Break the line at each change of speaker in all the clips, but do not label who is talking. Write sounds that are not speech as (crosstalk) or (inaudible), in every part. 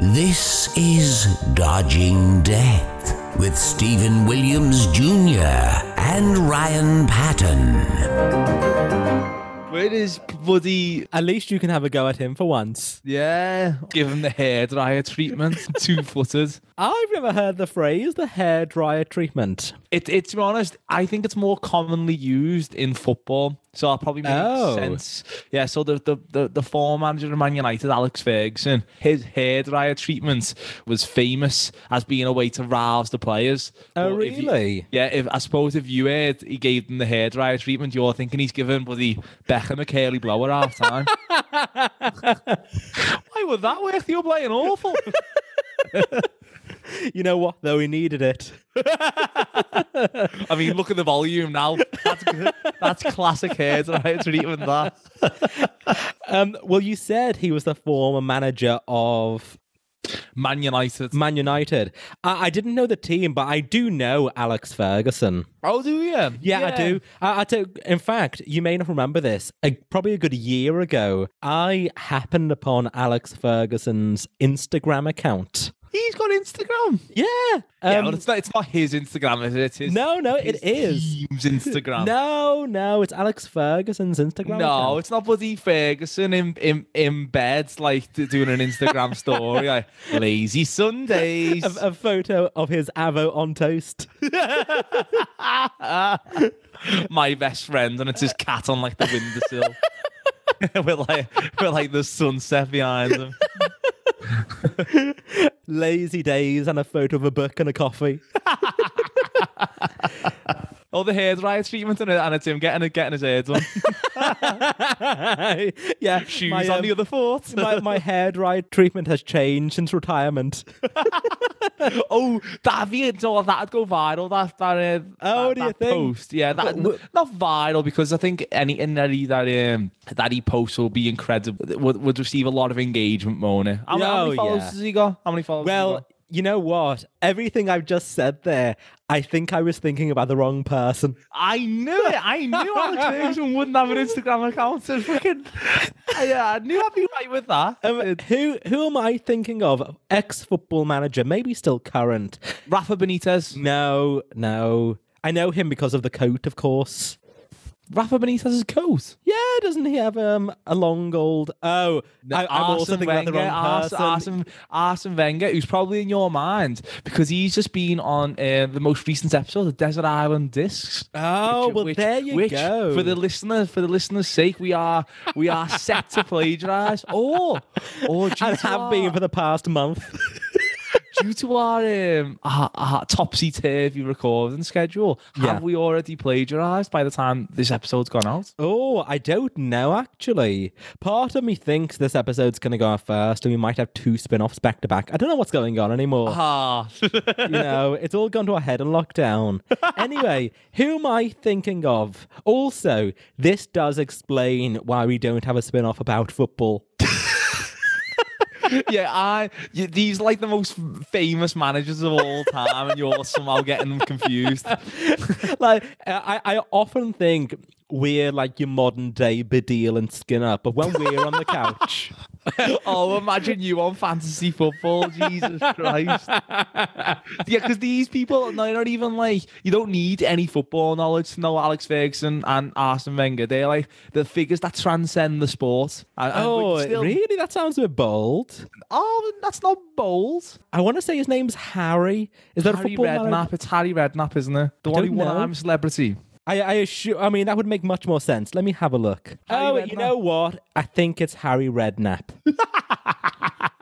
This is Dodging Death with Stephen Williams Jr. and Ryan Patton.
Where is bloody
At least you can have a go at him for once.
yeah? Give him the hairdryer treatment. (laughs) Two footed.
I've never heard the phrase the hairdryer treatment.
It, it to be honest, I think it's more commonly used in football. So that probably makes
Oh.
sense. Yeah. So the the the, the former manager of Man United, Alex Ferguson, his hairdryer treatment was famous as being a way to rouse the players.
Oh,
But if you-
really?
yeah. If I suppose if you heard he gave them the hairdryer treatment, you're thinking he's giving bloody Beckham a curly blow at
(laughs)
half time. Why would that work? You're playing awful.
You know what, though? He needed it.
I mean, look at the volume now. That's, that's classic hairdryer treatment. That
Um, well, you said he was the former manager of
Man United.
Man United. I, I didn't know the team, but I do know Alex Ferguson.
Oh, do you? Yeah,
Yeah, I do. I, I do. In fact, you may not remember this. A, probably a good year ago, I happened upon Alex Ferguson's Instagram account.
He's got Instagram.
Yeah.
yeah,
um,
well, it's not. It's not his Instagram, is it? It's his-
no, no, it
his
is.
Team's Instagram.
No, no, it's Alex Ferguson's Instagram.
Um, No,
account.
it's not bloody Ferguson in in, in bed, like d- doing an (laughs) Instagram story, like lazy Sundays.
a, a photo of his Avo on toast. (laughs)
my best friend, and it's his cat on like the windowsill. (laughs) with like with like the sunset behind him.
Lazy days and a photo of a book and a coffee. (laughs)
Oh, the hairdryer treatment and, it- and it's him getting it, getting his hair done.
yeah,
Shoes
my,
on
um,
the other foot.
(laughs) my, my hair dry treatment has changed since retirement.
oh, that'd be it. So that'd go viral. That that. Uh,
Oh,
that,
do you
that
think?
Post, yeah, that
Wh- wh-
not viral because I think any any that he that, um, that he posts will be incredible. Would, would receive a lot of engagement, Mona. How, how
Oh,
many followers
yeah.
has he got? How many followers? has he
Well,
got?
you know what? Everything I've just said there, I think I was thinking about the wrong person.
I knew it. I knew Alex (laughs) Ferguson wouldn't have an Instagram account. So freaking, (laughs) yeah, I knew I'd be right with that.
Um, who who am I thinking of? Ex football manager, maybe still current.
Rafa Benitez.
No, no. I know him because of the coat, of course.
Rafa Benitez's coat.
Yeah, doesn't he have um, a long old? Oh, I, I'm also thinking about the wrong
Ars-
person.
Arsene, Arsene Wenger, who's probably in your mind because he's just been on uh, the most recent episode of Desert Island Discs.
Oh, well, there you
which,
go.
For
(laughs)
the listener, for the listener's sake, we are we are set
(laughs)
to plagiarise. Or or due
and
to
have
our,
been for the past
(laughs)
month.
due to our um our, our topsy turvy recording schedule,
Yeah.
have we already plagiarised by the time this episode's gone out?
oh, I don't know actually. Part of me thinks this episode's going to go out first, and we might have two spin-offs back to back. I don't know what's going on anymore.
(laughs) Ah,
you know, it's all gone to our head on
(laughs)
lockdown. anyway, who am I thinking of? Also, this does explain why we don't have a spin-off about football.
yeah, I y these like the most famous managers of all time, and you're somehow getting them confused.
(laughs) like I, I often think we're like your modern day Badil and Skinner, but when we're on the
(laughs)
couch,
oh, imagine you on fantasy football, Jesus Christ! Yeah, because these people, no, they're not even like you don't need any football knowledge to know Alex Ferguson and Arsene Wenger. They're like the figures that transcend the sport. And- and- but
oh
still-
really? That sounds a bit bold.
Oh, that's not bold.
I want to say his name's Harry. Is that a
Harry
football
Redknapp.
manager?
It's Harry Redknapp, isn't it? The one who
don't
won
know.
I'm a Celebrity.
I I assume. I mean, that would make much more sense. Let me have a look.
Harry
oh,
Redknapp.
you know what? I think it's Harry (laughs) Redknapp.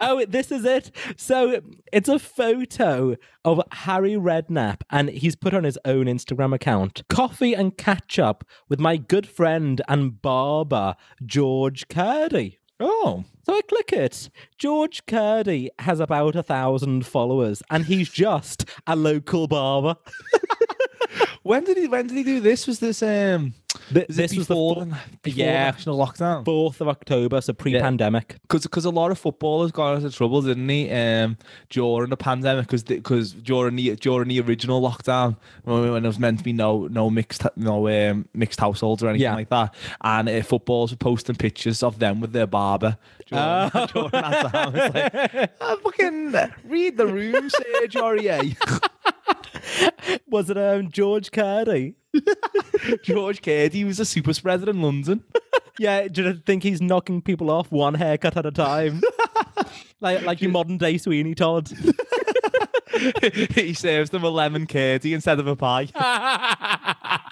oh, this is it. So it's a photo of Harry Redknapp, and he's put on his own Instagram account. Coffee and catch up with my good friend and barber George Curdy.
Oh,
So I click it. George Curdy has about a thousand followers, and he's just a local barber.
When did he? When did he do this? Was this um?
Th-
Is
this
it
was the
before,
four-
the, before
yeah.
the national lockdown?
fourth of October, so pre-pandemic.
because a lot of footballers got into trouble, didn't he? Um, during the pandemic, because because during the during the original lockdown, when, when there was meant to be no no mixed no um, mixed households or anything
Yeah.
like that, and uh, footballers were posting pictures of them with their barber during, (laughs) during that time. It's (laughs) like, "Ah, fucking read the room, Serge Aurier.
Was it um, George Curdy?
(laughs) George Cady was a super spreader in London.
Yeah, do you think he's knocking people off one haircut at a (laughs) time? like like your modern day Sweeney Todd.
(laughs) he serves them a lemon curdy instead of a pie.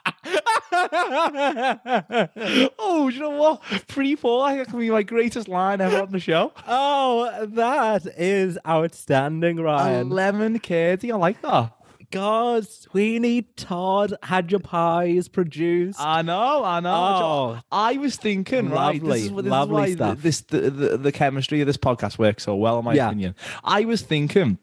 (laughs) Oh, do you know what? Pre four, that can be my greatest line ever on the show.
oh, that is outstanding,
A
Ryan.
lemon curdy, I like that.
God, Sweeney Todd had your pies produced.
I know, I know.
Oh.
I was thinking, right? This
Lovely,
is, what- this
lovely
is why
stuff.
th- This the, the the chemistry of this podcast works so well, in my
Yeah.
opinion. I was thinking.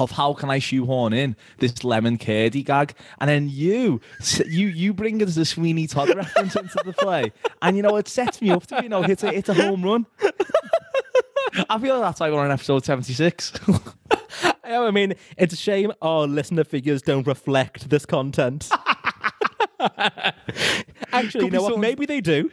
Of how can I shoehorn in this lemon curdy gag, and then you, s- you, you bring us a Sweeney Todd (laughs) reference into the play, and you know it sets me up to you know hit a hit a home run. (laughs) I feel like that's why we're on episode seventy six. (laughs)
Oh, I mean, it's a shame our listener figures don't reflect this content. (laughs) Actually, you
be
know what?
someone-
Maybe they do.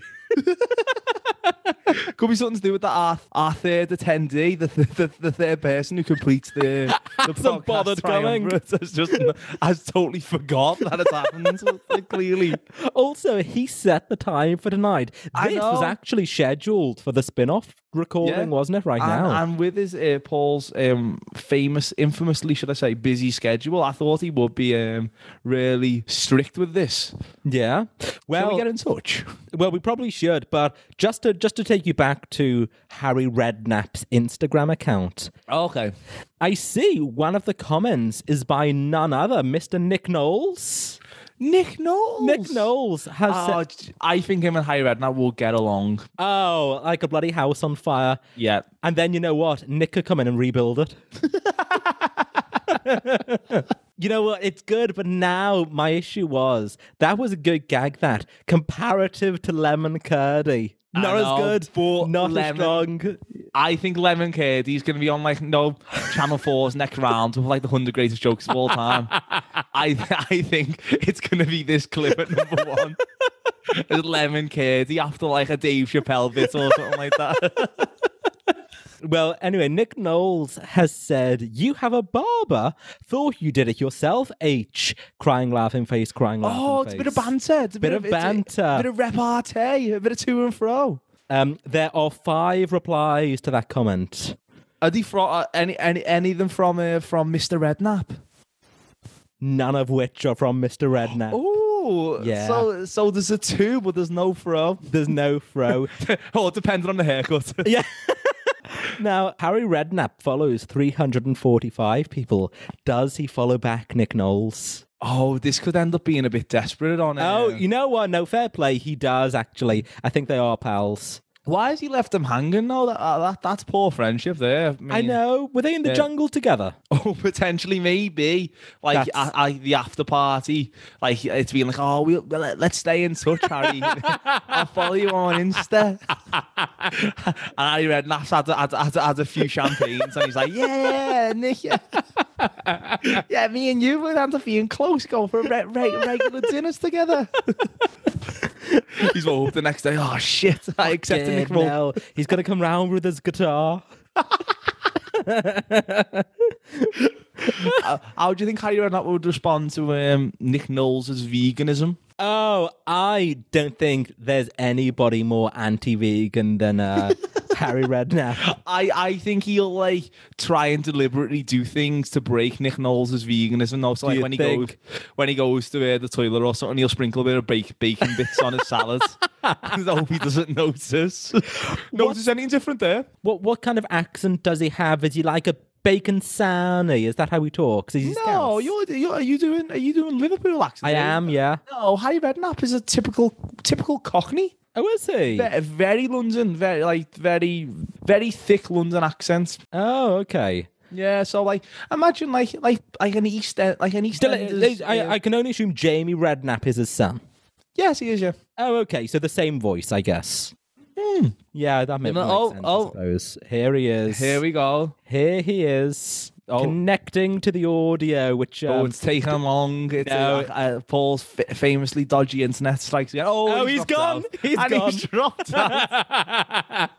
Could be something to do with that our, our third attendee, the, th- the the third person who completes
(laughs)
the the
Hasn't
podcast
bothered coming.
triumvirate Has just has totally forgot that
(laughs)
it's happened. Like, clearly,
Also, he set the time for tonight. This
I
was
know.
actually scheduled for the spin off recording,
Yeah.
wasn't it, right
and,
now?
and with his uh, Paul's um, famous, infamously, should I say, busy schedule, I thought he would be um, really strict with this.
yeah.
Can
Well,
we get in touch?
well, we probably should, but just to just to take you back to Harry Redknapp's Instagram account,
Okay.
I see one of the comments is by none other, Mr. Nick Knowles.
Nick Knowles.
Nick Knowles has said-
Oh, j- I think him and Harry Redknapp will get along.
Oh, like a bloody house on fire.
Yeah.
And then you know what? Nick could come in and rebuild it. (laughs) you know what? It's good, but now my issue was that was a good gag. That comparative to lemon curdy,
I
not
know,
as
but
good, not
lemon-
as strong.
I think Lemon Curd, he's going to be on like no Channel 4's next round with like the 100 greatest jokes of all time. I I think it's going to be this clip at number one. It's Lemon Curd, he after like a Dave Chappelle bit or something like that.
Well, anyway, Nick Knowles has said, You have a barber. Thought you did it yourself, H. Crying, laughing face, crying, laughing
(laughs) Oh, it's a bit of
face.
banter. It's a bit,
Bit of
it's a-
banter.
A bit of repartee, a bit of to and fro.
Um, there are five replies to that comment.
Are they from, are any, any, any of them from, uh, from Mr. Redknapp?
none of which are from Mr. Redknapp.
Oh,
Yeah.
So, so there's a two, but there's (laughs) no fro.
There's no fro. (laughs)
oh, depending on the haircut.
yeah. now, Harry Redknapp follows 345 people. Does he follow back Nick Knowles?
Oh, this could end up being a bit desperate on it.
Oh, you know what? No, fair play. He does, actually. I think they are pals.
why has he left them hanging? No, that, uh, that that's poor friendship there. mean,
I know. Were they in the
Yeah.
jungle together?
Oh, (laughs) potentially maybe like
That's-
I, I, the after party. Like it's being like, oh, we'll, well, let- let's stay in touch,
(laughs)
Harry. I'll follow you on Insta. (laughs) and Harry Redknapp's had, had, had, had a few champagnes, and he's like, yeah, Nick, yeah, (laughs) yeah, me and you would end up being close, going for re- re- regular dinners together. (laughs) he's woke up the next day. Oh shit! I accepted Nick
Dead
Roll.
now. (laughs) He's going to come round with his guitar.
How do you think Harry Redknapp would respond to um, Nick Knowles' veganism?
Oh, I don't think there's anybody more anti-vegan than uh,
(laughs)
Harry Redknapp.
I, I think he'll like try and deliberately do things to break Nick Knowles' veganism. Though, so
Do
like
you
when he
think?
goes when he goes to uh, the toilet or something, he'll sprinkle a bit of bake, bacon bits on his
(laughs)
salad. (laughs) I hope he doesn't notice. notice anything different there?
What what kind of accent does he have? Is he like a bacon sanny? Is that how he talks? Is he
No,
Scouse?
you're, you're are you doing are you doing Liverpool accent?
I am, yeah.
No, Harry Redknapp is a typical typical Cockney.
Oh, is he?
Ve- Very London, very like very very thick London accent.
Oh, okay.
Yeah, so like imagine like like like an East End, like an East
Still,
Enders,
I, I can only assume Jamie Redknapp is his son.
Yes, he is. Yeah.
Oh, okay. So the same voice, I guess. Hmm. Yeah, that makes,
No,
makes
oh,
sense. I
oh.
suppose. Here he is.
Here we go.
Here he is.
Oh.
Connecting to the audio, which um,
oh, it's taken long. It's
no.
uh, uh, Paul's fa- famously dodgy internet strikes again. Oh,
Oh,
he's,
he's
dropped
gone.
out.
He's
and
gone.
He's dropped out.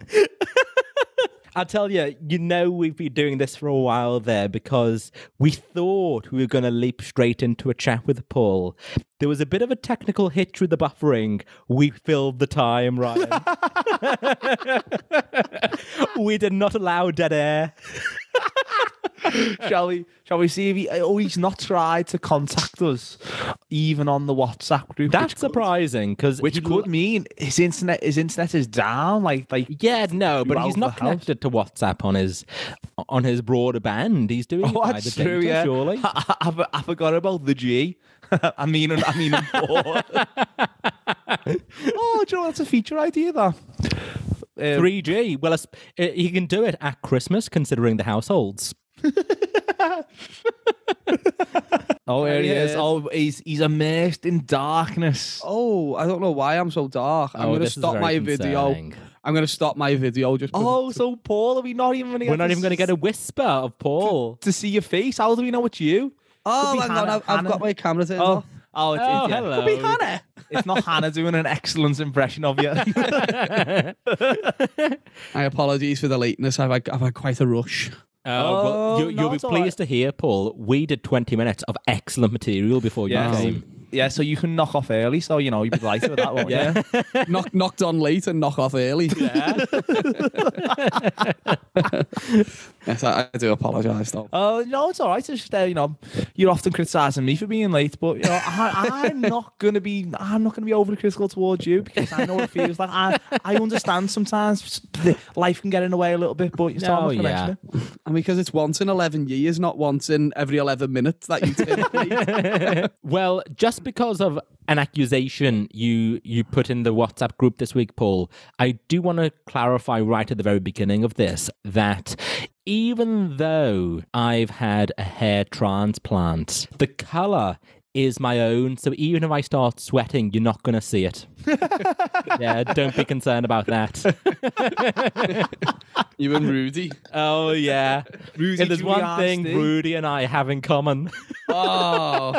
I tell you, you know we've been doing this for a while there because we thought we were going to leap straight into a chat with Paul. There was a bit of a technical hitch with the buffering. We filled the time, (laughs) Ryan. we did not allow dead air.
(laughs) shall we? Shall we see if he? Oh, he's not tried to contact us, even on the WhatsApp group.
That's
which could,
surprising because
which could mean his internet. His internet is down. Like like.
Yeah, no, but
out
he's
of
not
the house.
connected to WhatsApp on his on his broader band. He's doing it
Oh,
by
(laughs) that's
the
true.
data,
Yeah,
surely.
(laughs) I, I, I for- I forgot about the G. (laughs) I mean, I mean, I'm (laughs) poor. oh, do you know that's a feature idea? That
3G. Well, it's- uh, he can do it at Christmas, considering the households.
oh, there he
Yeah.
is. Oh, he's he's immersed in darkness.
Oh, I don't know why I'm so dark. I'm
Oh,
gonna
this is
stop
very
my
concerning.
video. I'm gonna stop my video just.
Oh, so Paul, are we not even going to get?
We're not even going to
s-
get a whisper of Paul.
to see your face. How do we know it's you?
oh
be
hang on,
Hannah-
I've, I've got
Hannah.
my camera turned
Oh,
off.
oh, it's,
Oh,
it's, yeah.
hello.
Could be Hannah.
It's not Hannah doing an excellent impression of (laughs) you.
My apologies for the lateness. I've had, I've had quite
(laughs)
a rush.
Oh, well,
Oh,
you, you'll
no,
be
it's all right.
pleased to hear, Paul. We did 20 minutes of excellent material before you
yeah, so,
came.
yeah. So you can knock off early. So you know you'd be lighter with that one. Yeah.
knock, knocked on late and knock off early. (laughs) yes, I, I do apologise though.
Uh,
Oh no, it's all right. It's just uh, you know, you're often criticising me for being late, but you know,
(laughs)
I, I'm not gonna be. I'm not gonna be overly critical towards you because I know what it feels like. I I understand sometimes life can get in the way a little bit, but you
No,
know,
yeah.
yeah.
And because it's once in 11 years, not once in every 11 minutes that you take
(laughs)
late.
Well, just because of an accusation you you put in the WhatsApp group this week, Paul, I do want to clarify right at the very beginning of this that even though I've had a hair transplant, the color is my own. So even if I start sweating, you're not going to see it. yeah, don't be concerned about that.
you and Rudy.
Oh yeah.
Rudy
if there's one thing
Giuliani.
Rudy and I have in common. (laughs)
Oh,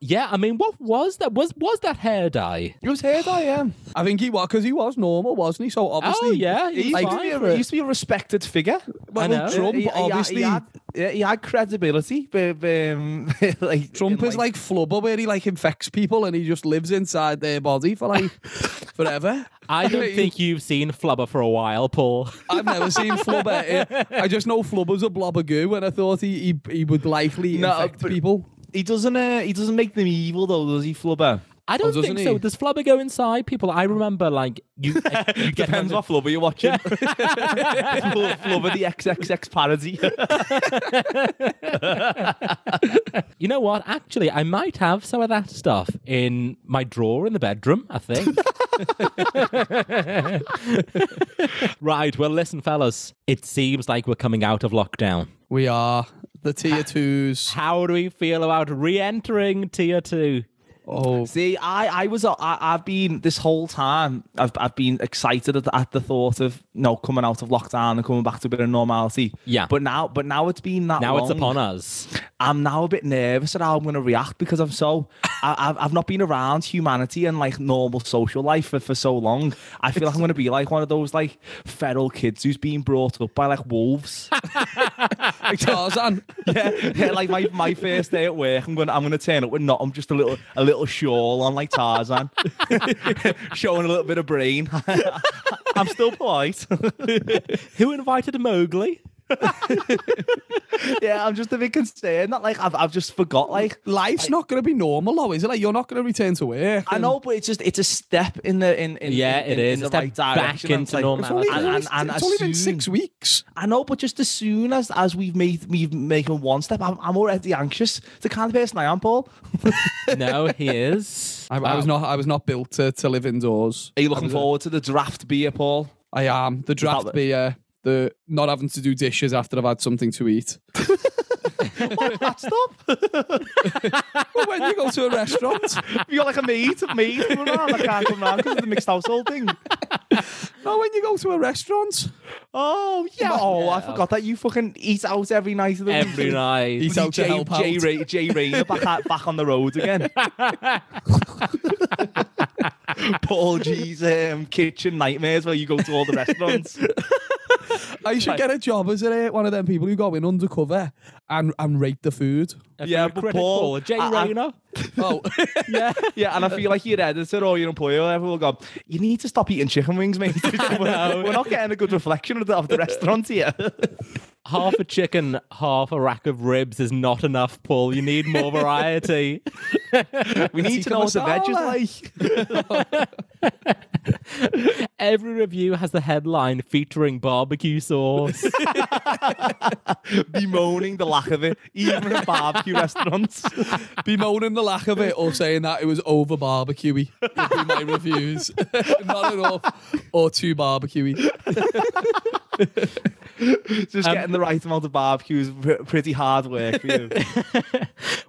yeah, I mean, what was that? Was was that hair dye?
It was hair dye, yeah.
I think he was because he was normal, wasn't he? So obviously,
Oh yeah,
He
he's
used, to
fine
be a,
for
he
it.
used to be a respected figure. Uh,
Well,
I know.
Trump
He- he- he-
obviously.
he had, yeah, he had credibility. But, um, (laughs) like,
Trump
in,
is like flubber where he like infects people and he just lives inside their body
(laughs)
for like forever.
I (laughs) don't think you've seen Flubber for a while, Paul.
I've never seen flubber. I just know flubber's a blob of goo, and I thought he he, he would likely
No,
infect
but-
people.
he doesn't. Uh, he doesn't make them evil though, does he, Flubber?
I don't
doesn't
think so.
he?
Does Flubber go inside people? I remember, like you, (laughs) you get
Depends what Flubber you're (laughs) watching. Flu- Flubber the XXX parody.
You know what? Actually, I might have some of that stuff in my drawer in the bedroom, I (laughs) think. right, well, listen, fellas. It seems like we're coming out of lockdown.
We are the
(laughs)
tier twos.
How do we feel about re entering tier two?
Oh,
See, I, I was, I, I've been this whole time. I've, I've been excited at, at the thought of you know, coming out of lockdown and coming back to a bit of normality.
Yeah.
But now, but now it's been that.
Now it's
long.
upon us.
I'm now a bit nervous at how I'm going to react because I'm so I, I've I've not been around humanity and like normal social life for, for so long. I feel like I'm going to be like one of those like feral kids who's being brought up by like wolves.
like Tarzan.
yeah, yeah, like my, my first day at work, I'm gonna I'm gonna turn up with not I'm just a little a little shawl on like Tarzan, (laughs) showing a little bit of brain. (laughs) I'm still polite. (laughs)
Who invited Mowgli?
yeah, I'm just a bit concerned. Not like I've I've just forgot like
Life's not going to be normal, though, is it? Like you're not going to return to work.
I know, but it's just it's a step in the in, in
Yeah,
in,
it
in-
is.
in
It's
the
a
right
step
direction.
back
and it's like-
into
it's
It's
normal-
only-
only, it's
and,
only-
and, and
it's
as
only been
soon-
six weeks.
I know, but just as soon as as we've made we've making one step, I'm, I'm already anxious. It's the kind of person I am, Paul.
No, he is.
I, I was not. I was not built to, to live indoors.
Are you looking forward to the draft beer, Paul?
I am the draft
Without the-
beer, the not having to do dishes after I've had something to eat.
That's stop.
Well, when you go to a restaurant,
You're like a maid, a maid coming around. "Oh, I can't come round because of the mixed household thing.
no, when you go to a restaurant,
Oh yeah. Oh, I forgot that you fucking eat out every night of the week. (laughs)
Every night.
He's out to
Jay,
help
Jay,
out.
Ray, Jay Rayner back, out- back on the road again. Paul G's um, kitchen nightmares where you go to all the restaurants.
I should get a job as a, one of them people who go in undercover and, and rate the food.
A
Yeah,
food
but
critic
Paul-
for Jay
I- I-
Rayner.
(laughs) Oh,
Yeah. (laughs)
Yeah, and I feel like your editor or your employer, everyone will go, you need to stop eating chicken wings, mate. (laughs) we're, we're not getting a good reflection of the, of the restaurant here.
half a chicken, half a rack of ribs is not enough, Paul. You need more variety.
We need to know what the veg is like.
Every review has the headline featuring barbecue sauce.
Bemoaning the lack of it, even in (laughs) barbecue restaurants.
bemoaning the lack of it or saying that it was over barbecuey would be my reviews. (laughs) Not enough or too barbecuey.
Just getting the right amount of barbecue is pr- pretty hard work for you.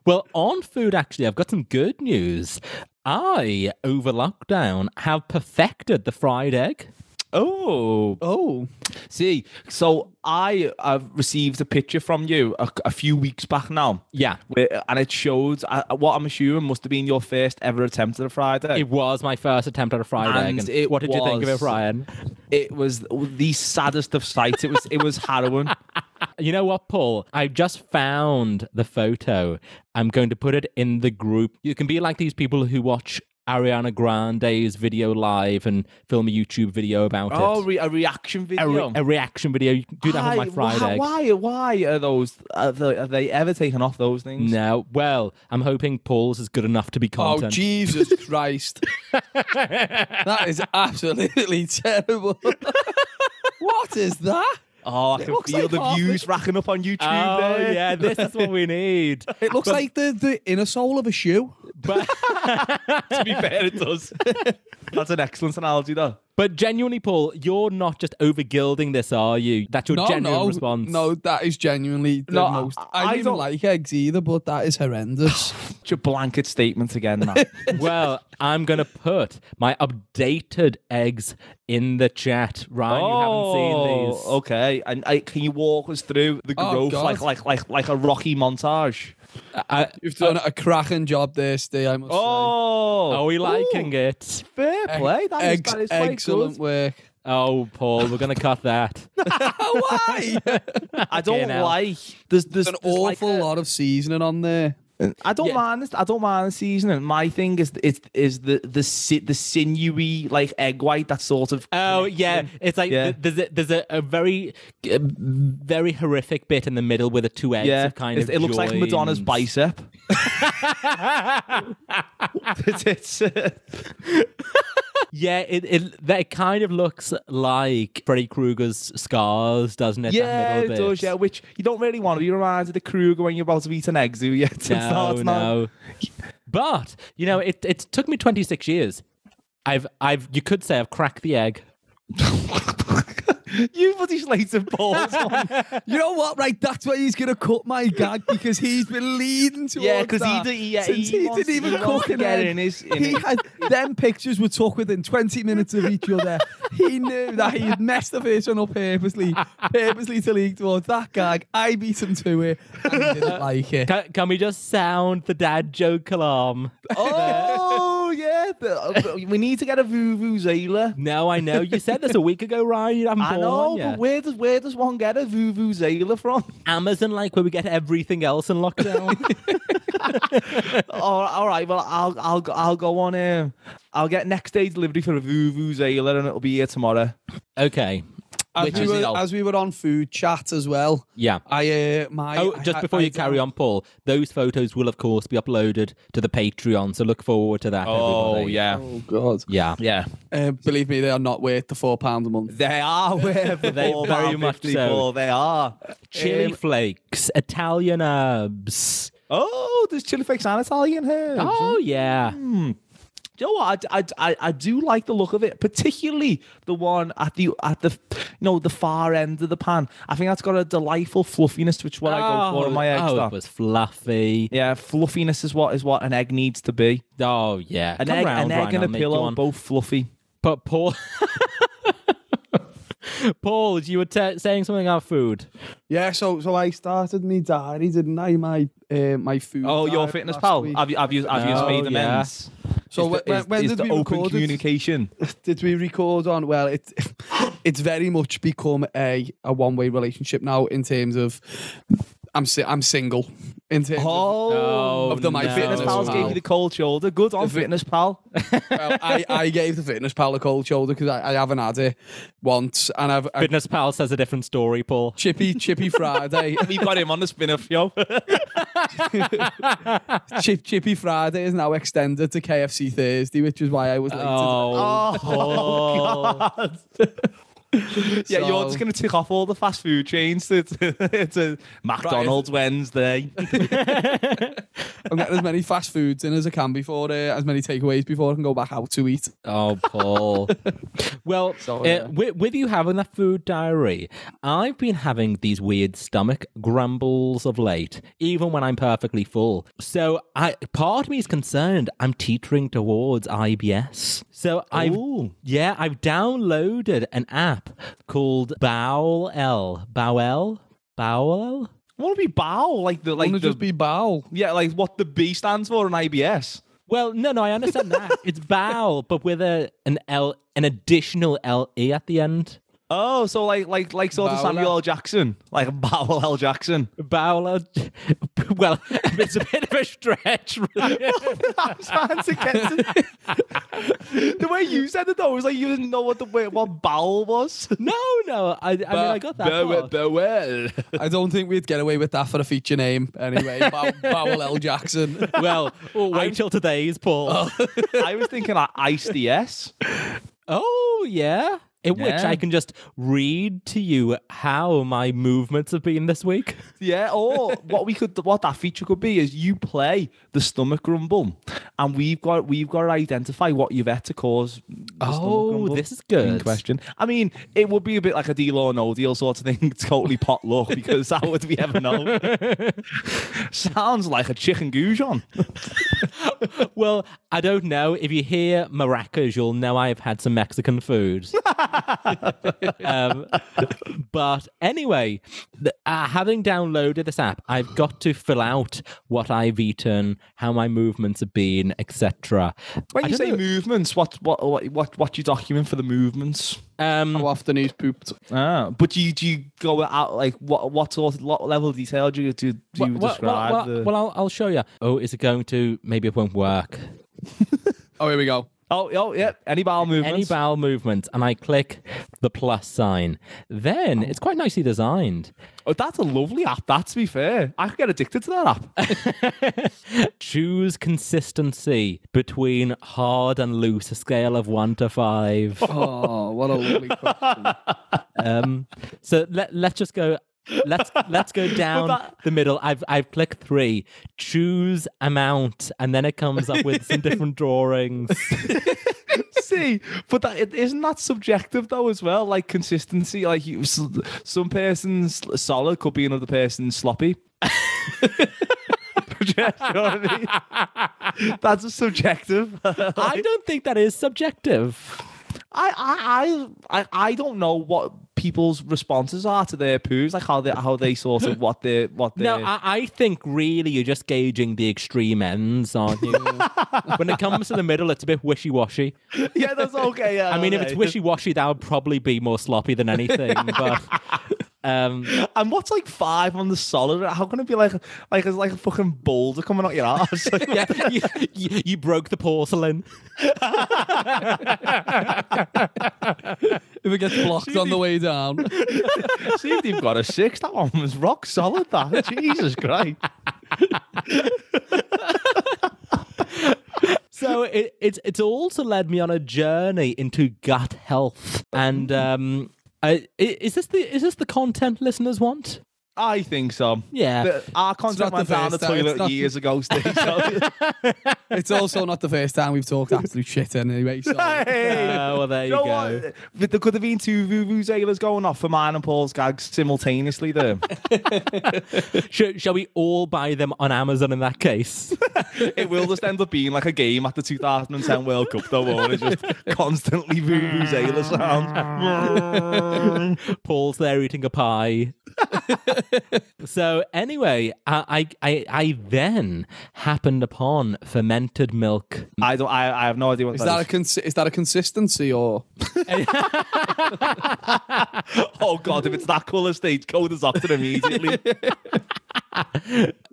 well, on food, actually, I've got some good news. I, over lockdown, have perfected the fried egg.
(laughs) oh,
Oh,
See, so I have received a picture from you a, a few weeks back now.
Yeah.
Where, and it showed uh, what I'm assuming must have been your first ever attempt at a Friday.
It
It,
was my first attempt at a fried egg.
And
And
it
what did you think of it,
was-
Ryan?
was the saddest of sights. It was it was (laughs) harrowing.
You know what, Paul? I just found the photo. I'm going to put it in the group. You can be like these people who watch Ariana Grande's video live and film a YouTube video about
oh,
it.
re- a
a,
reaction
re-
video.
a reaction video. You can do that on my
Why-
fried egg.
Why, why? Why are those? Are they, are they ever taken off those things?
No, well, I'm hoping Paul's is good enough to be
oh
content.
Jesus Christ. that is absolutely terrible. (laughs) what is that?
Oh, I can
looks
feel
like
the
half
views racking up on YouTube.
Oh,
there.
yeah, this is what we need.
It looks like the, the inner sole of a shoe.
But
to be fair, (laughs) it does. That's an excellent analogy, though.
but genuinely, Paul, you're not just over gilding this, are you? That's your
No,
genuine
no,
response.
no, that is genuinely the
No, I-
most. I,
I
don't even
don't-
like eggs either, but that is horrendous.
It's a blanket statement again.
(laughs)
That.
well, I'm gonna put my updated eggs in the chat. Ryan, you haven't seen these.
Oh, Okay, and I, can you walk us through the
Oh,
growth,
God.
like like like like a Rocky montage?
(sighs) I-
You've done a cracking job there, Steve. I must
Oh,
are we liking it?
Fair
say.
play. That is
Ex-
that is quite (laughs)
excellent work.
Oh, Paul, we're gonna cut that.
(laughs) Why?
good. I don't
now.
like. There's there's
an
there's
awful
like a-
lot of seasoning on there.
I don't
Yeah.
mind this. I don't mind the seasoning. My thing is is is the the si- the sinewy like egg white that sort of.
(laughs) Oh yeah, it's like
Yeah.
th- there's a, there's a, a very a very horrific bit in the middle where the two eggs
yeah,
have kind
it,
of
it looks like Madonna's
joined.
bicep. (laughs) it's, it's, uh,
Yeah, it, it that it kind of looks like Freddy Krueger's scars, doesn't it? that
yeah, it
middle bit?
does. Yeah, which you don't really want to be reminded of the Kruger when you're about to eat an egg, do you? (laughs) It's
No,
not- it's not-
no. But you know, it it took me 26 years. I've I've you could say I've cracked the egg.
you bloody slates of balls.
You know what? Right, that's why he's gonna cut my gag because he's been leading
(laughs)
towards
Yeah, 'cause he
that
d- yeah,
since
he
he,
wants-
didn't even
he wants
cook
to
an
get
egg.
in his- in
he
it.
had them pictures were took within 20 minutes of each other. He knew that he had messed the first one up purposely, purposely to lead towards that gag. I beat him to it. And he (laughs) didn't like it.
Can, can we just sound the dad joke alarm?
oh yeah, the- we need to get a (laughs) vuvuzela.
No, I know you said this a week ago, Ryan. You haven't
I
born
know,
yet.
but where does where does one get a vuvuzela from?
Amazon, like where we get everything else in lockdown.
oh, all right, well I'll I'll go- I'll go on. Um, I'll get next day delivery for a vuvuzela, and it'll be here tomorrow.
okay,
As
which
we,
is
were,
no.
as we were on food chat as well,
yeah.
I uh, my
Oh,
I-
just
I-
before
I
you carry
down-
on, Paul, those photos will, of course, be uploaded to the Patreon, so look forward to that. everybody.
Oh God.
Yeah.
yeah.
Uh, believe me, they are not worth the four pound a month.
They are where
(laughs) They very much so.
They are.
Chili
Um,
flakes, Italian herbs. Ah.
oh, there's chili flakes and Italian herbs.
Oh, yeah.
Hmm. you know what? I, I, I, I do like the look of it, particularly the one at the at the you know the far end of the pan. I think that's got a delightful fluffiness, which is what I go for in my egg
oh,
stop.
it was fluffy.
Yeah, fluffiness is what is what an egg needs to be.
Oh yeah,
An
Come
egg,
round,
an egg
Ryan,
and
I'll
a
make you
pillow,
one.
both fluffy.
But Paul, (laughs) Paul, you were t- saying something about food.
Yeah, so so I started me diary, didn't I? My uh, my food.
Oh, your
diary
fitness
last
pal.
week.
Have you have you have you
Oh,
made
yeah.
amends?
So
Is
when,
the, is-
when
is
did
the
we
open
record? it?
communication?
Did we record on? Well, it (laughs) it's very much become a a one way relationship now in terms of I'm si- I'm single in terms
Oh,
Of the My
fitness
(laughs) no,
pals gave
pal.
you the cold shoulder. Good on
The fit-
fitness
(laughs)
pal.
of well, I I gave the fitness pal a cold shoulder because I, I haven't had it once and I've. I,
Fitness Pal says a different story, Paul.
Chippy, Chippy Friday,
We've got him on the spin-off, (laughs) yo.
Chip, Chippy Friday is now extended to KFC Thursday, which is why I was late.
Oh, Paul.
Oh,
(laughs)
yeah, you're
So-
just gonna tick off all the fast food chains. To, (laughs) to, to McDonald's Wednesday. (laughs)
today. I'm getting as many fast foods in as I can before, uh, as many takeaways before I can go back out to eat.
Oh, Paul. (laughs) well,
So,
uh,
yeah.
with, with you having that food diary, I've been having these weird stomach grumbles of late, even when I'm perfectly full. So, I part of me is concerned I'm teetering towards IBS. So, I've yeah, I've downloaded an app called Bowel L. Bowel Bowel.
Wanna be bow like the like
Like
the,
just be bowel.
yeah like what the B stands for in IBS.
Well, no, no, I understand (laughs) that it's bowel, but with a an L, an additional L E at the end.
Oh, so like like like sort of
Bowler.
Samuel L. Jackson, like (laughs) Bowel L. Jackson.
Bowler. (laughs) Well, it's a bit of a stretch. really.
I'm trying to get to- (laughs) the way you said it though was like you didn't know what the way, what bowel was.
(laughs)
(laughs)
no, no. I, I mean, I got that.
Bowel,
part.
bowel.
I don't think we'd get away with that for a feature name (laughs) anyway. Bow- Bowel L. Jackson.
(laughs) (laughs) Well, well, wait till today's Paul. (laughs) Oh,
I was thinking like iced yes.
Oh, yeah. In which
Yeah.
I can just read to you how my movements have been this week. (laughs)
Yeah, or what we could, what that feature could be is you play the stomach grumble, and we've got we've got to identify what you've had to cause. the stomach
Oh,
grumble.
this is good.
In question. I mean, it would be a bit like a deal or no deal sort of thing, (laughs) totally potluck because how would we
(laughs)
ever know? Sounds like a chicken goujon.
Well, I don't know. If you hear maracas, you'll know I've had some Mexican
(laughs)
food. um, but anyway, th- uh, having downloaded this app, I've got to fill out what I've eaten, how my movements have been, etc.
When
I
you
don't
say
know-
movements, what what what what what do you document for the movements?
Um,
How often he's pooped.
Ah, but do you do you go out like what what sort of lo- level of detail do you do, do you
well, well,
describe?
well,
the...
well, I'll, I'll show you. Oh, is it going to? Maybe it won't work.
Oh, here we go.
Oh, oh, yeah. Any bowel movements?
Any bowel movements, and I click the plus sign. Then it's quite nicely designed.
oh, that's a lovely app. That, to be fair, I could get addicted to that
(laughs)
app.
Choose consistency between hard and loose, a scale of one to five.
Oh, what a (laughs) lovely question.
um, so let, let's just go. Let's let's go down
that-
the middle. I've I've clicked three. Choose amount, and then it comes up with some different drawings.
See, but that it, isn't that subjective though as well. Like consistency. Like you, s- some person's solid could be another person's sloppy. (laughs) Do you know what I
(laughs)
mean? That's a subjective. (laughs)
I don't think that is subjective.
I, I, I, I- I don't know what people's responses are to their poos, like how they, how they sort of what they, what they.
No, I, I think really you're just gauging the extreme ends, aren't you? when it comes to the middle, it's a bit wishy washy.
(laughs) yeah, that's okay. Yeah,
(laughs) I mean, if it's wishy washy, that would probably be more sloppy than
(laughs)
anything. But um,
And what's like five on the solid? How can it be like like it's like a fucking boulder coming out your (laughs) ass? Like,
yeah, (laughs) you, you, you broke the porcelain.
if it gets blocked on the way down.
See if they've got a six. That one was rock solid. That Jesus Christ.
So it, it's it's also led me on a journey into gut
Mm-hmm.
health. And um, I, i- is this the is this the content listeners want?
I think so.
Yeah.
The, our
not
content
the
went down the
first time, it's
toilet
not-
years ago, Steve.
(laughs)
So.
It's also not the first time we've talked absolute shit anyway. So.
Hey!
Oh, well, there you
You know
go.
what? But There could have been two vuvuzelas going off for mine and Paul's gags simultaneously there.
Shall, shall we all buy them on Amazon in that case?
it will just end up being like a game at the 2010 World Cup, though, won't it? (laughs) Just constantly vuvuzela sounds.
Paul's there eating a pie. so anyway, I, I I I then happened upon fermented milk.
I don't. I, I have no idea what
Is that a cons- is that a consistency or
oh god, if it's that colour stage code is after (laughs) immediately.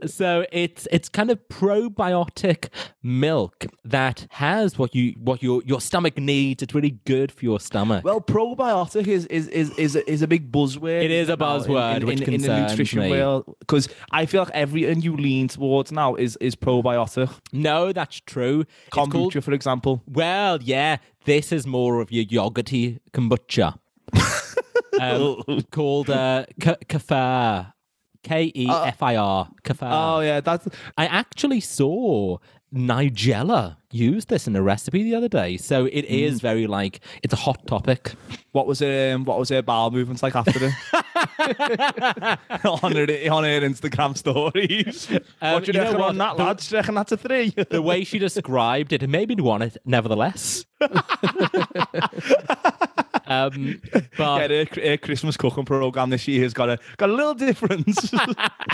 So it's it's kind of probiotic milk that has what you what your your stomach needs. It's really good for your stomach.
well, probiotic is is is is a, is a big buzzword.
It is a
now
buzzword,
in, in,
which
in, in the
concerns
nutrition
me.
world because I feel like everything you lean towards now is is probiotic.
no, that's true. It's
Kombucha,
called-
for example.
well, yeah, this is more of your yogurty kombucha. um, called uh, k- kefir. K E F I R. Kefir.
Oh yeah, that's
I actually saw Nigella use this in a recipe the other day. So it is very like it's a hot topic.
what was um what was her bowel movements like after
(laughs)
it on her on her Instagram stories. what do
Um, you
you
know
reckon
what?
on that,
The-
lads? Do you reckon that's a three?
(laughs) The way she described it, it made me want it nevertheless. um, but
Yeah, her, her Christmas cooking program this year has got a got a
(laughs)
little difference.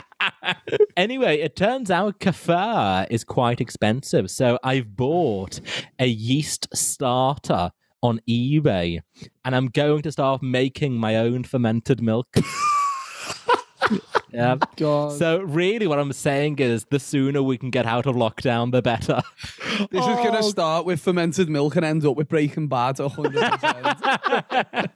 (laughs)
anyway, it turns out kefir is quite expensive. So I've bought a yeast starter on eBay and I'm going to start making my own fermented milk. yeah.
God?
So really what I'm saying is the sooner we can get out of lockdown the
(laughs)
better.
this is going to start with fermented milk and end up with Breaking Bad 100%.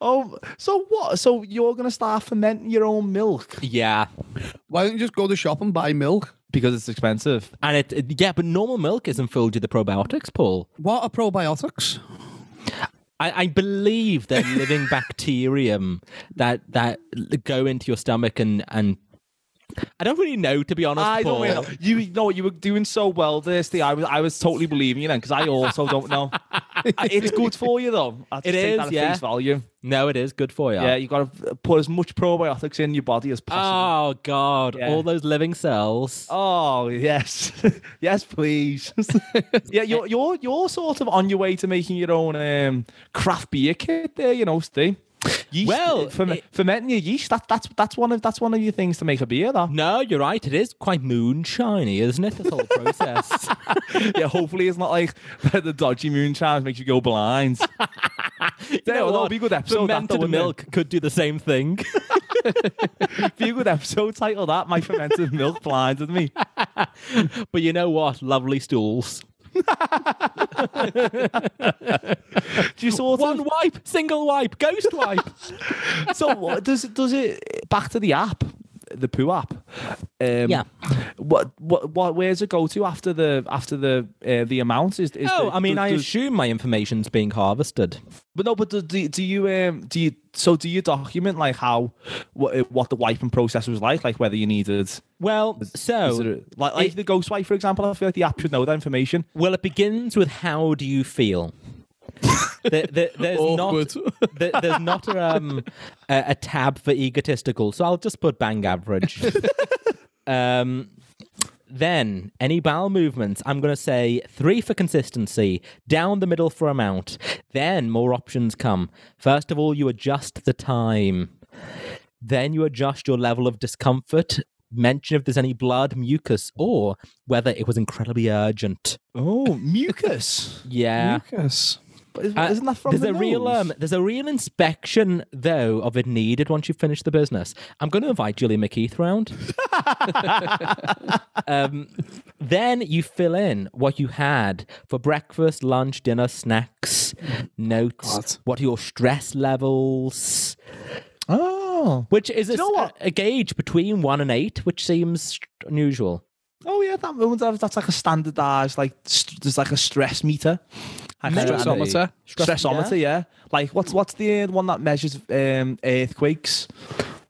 oh, so what? So you're gonna start fermenting your own milk
yeah.
(laughs) Why don't you just go to the shop and buy milk?
because it's expensive.
And it, it- yeah, but normal milk isn't filled with the probiotics, Paul.
What are probiotics?
I, I believe
(laughs)
they're living bacterium that that go into your stomach and and I don't really know to be honest,
I
Paul.
don't really know. You know you were doing so well there, Steve. I was I was totally believing you then because I also
(laughs)
don't know. it's good for you though. I
It
take
is,
that at
yeah.
face value.
No, it is good for you.
Yeah, you got to put as much probiotics in your body as possible.
Oh God!
Yeah.
All those living cells.
Oh yes, (laughs) yes, please. (laughs)
(laughs)
yeah, you're you're you're sort of on your way to making your own um, craft beer kit there. You know, Steve. Yeast, uh,
Well,
ferme-
it-
fermenting your yeast. That, that's that's one of that's one of your things to make a
(laughs)
beer. That
No, you're right. It is quite moonshiny, isn't it? This whole
(laughs)
process.
yeah. Hopefully, it's not like (laughs) the dodgy moonshine makes you
(laughs)
go blind.
You
Yeah,
know
well, that'll
what?
be a good episode, that, though,
Fermented
wouldn't it?
milk could do the same thing.
be a good episode title that my fermented milk blinded me
but you know what? Lovely stools.
do you
(laughs)
sort
One
of
wipe, single wipe, ghost
(laughs)
wipe.
so what does it does it back to the app the poo app um,
Yeah.
what what what where's it go to after the after the uh, the amount is, is
oh,
the-
I mean,
does-
I
does-
assume my information's being harvested.
but no but do, do, do you um do you so do you document like how what uh, what the wiping process was like like whether you needed
Well,
is
so
it a- like, like
it-
the ghost wipe for example i feel like the app should know that information
Well, it begins with how do you feel? there, there- there's
Awkward.
not there, there's not a, um, a, a tab for egotistical, so I'll just put bang average. um, then any bowel movements, I'm going to say three for consistency, down the middle for amount. Then more options come. First of all, you adjust the time. Then you adjust your level of discomfort. Mention if there's any blood, mucus, or whether it was incredibly urgent.
oh mucus
Yeah.
Mucus.
(laughs) But is-
Uh,
Hmm? isn't that from
there's
the
a real
nose?
um, there's a real inspection though of it needed once you finish the business. I'm going to invite Julie McKeith
(laughs)
round. um, then you fill in what you had for breakfast, lunch, dinner, snacks, notes.
God.
What are your stress levels?
oh
Which is a,
know
s-
what?
a- a gauge between one and eight, which seems unusual.
Oh yeah, that moment that's that's like a standardized like st- there's like a stress meter. Like a-
Stressometer.
Stressometer, yeah. Like what's what's the uh, one that measures um, earthquakes?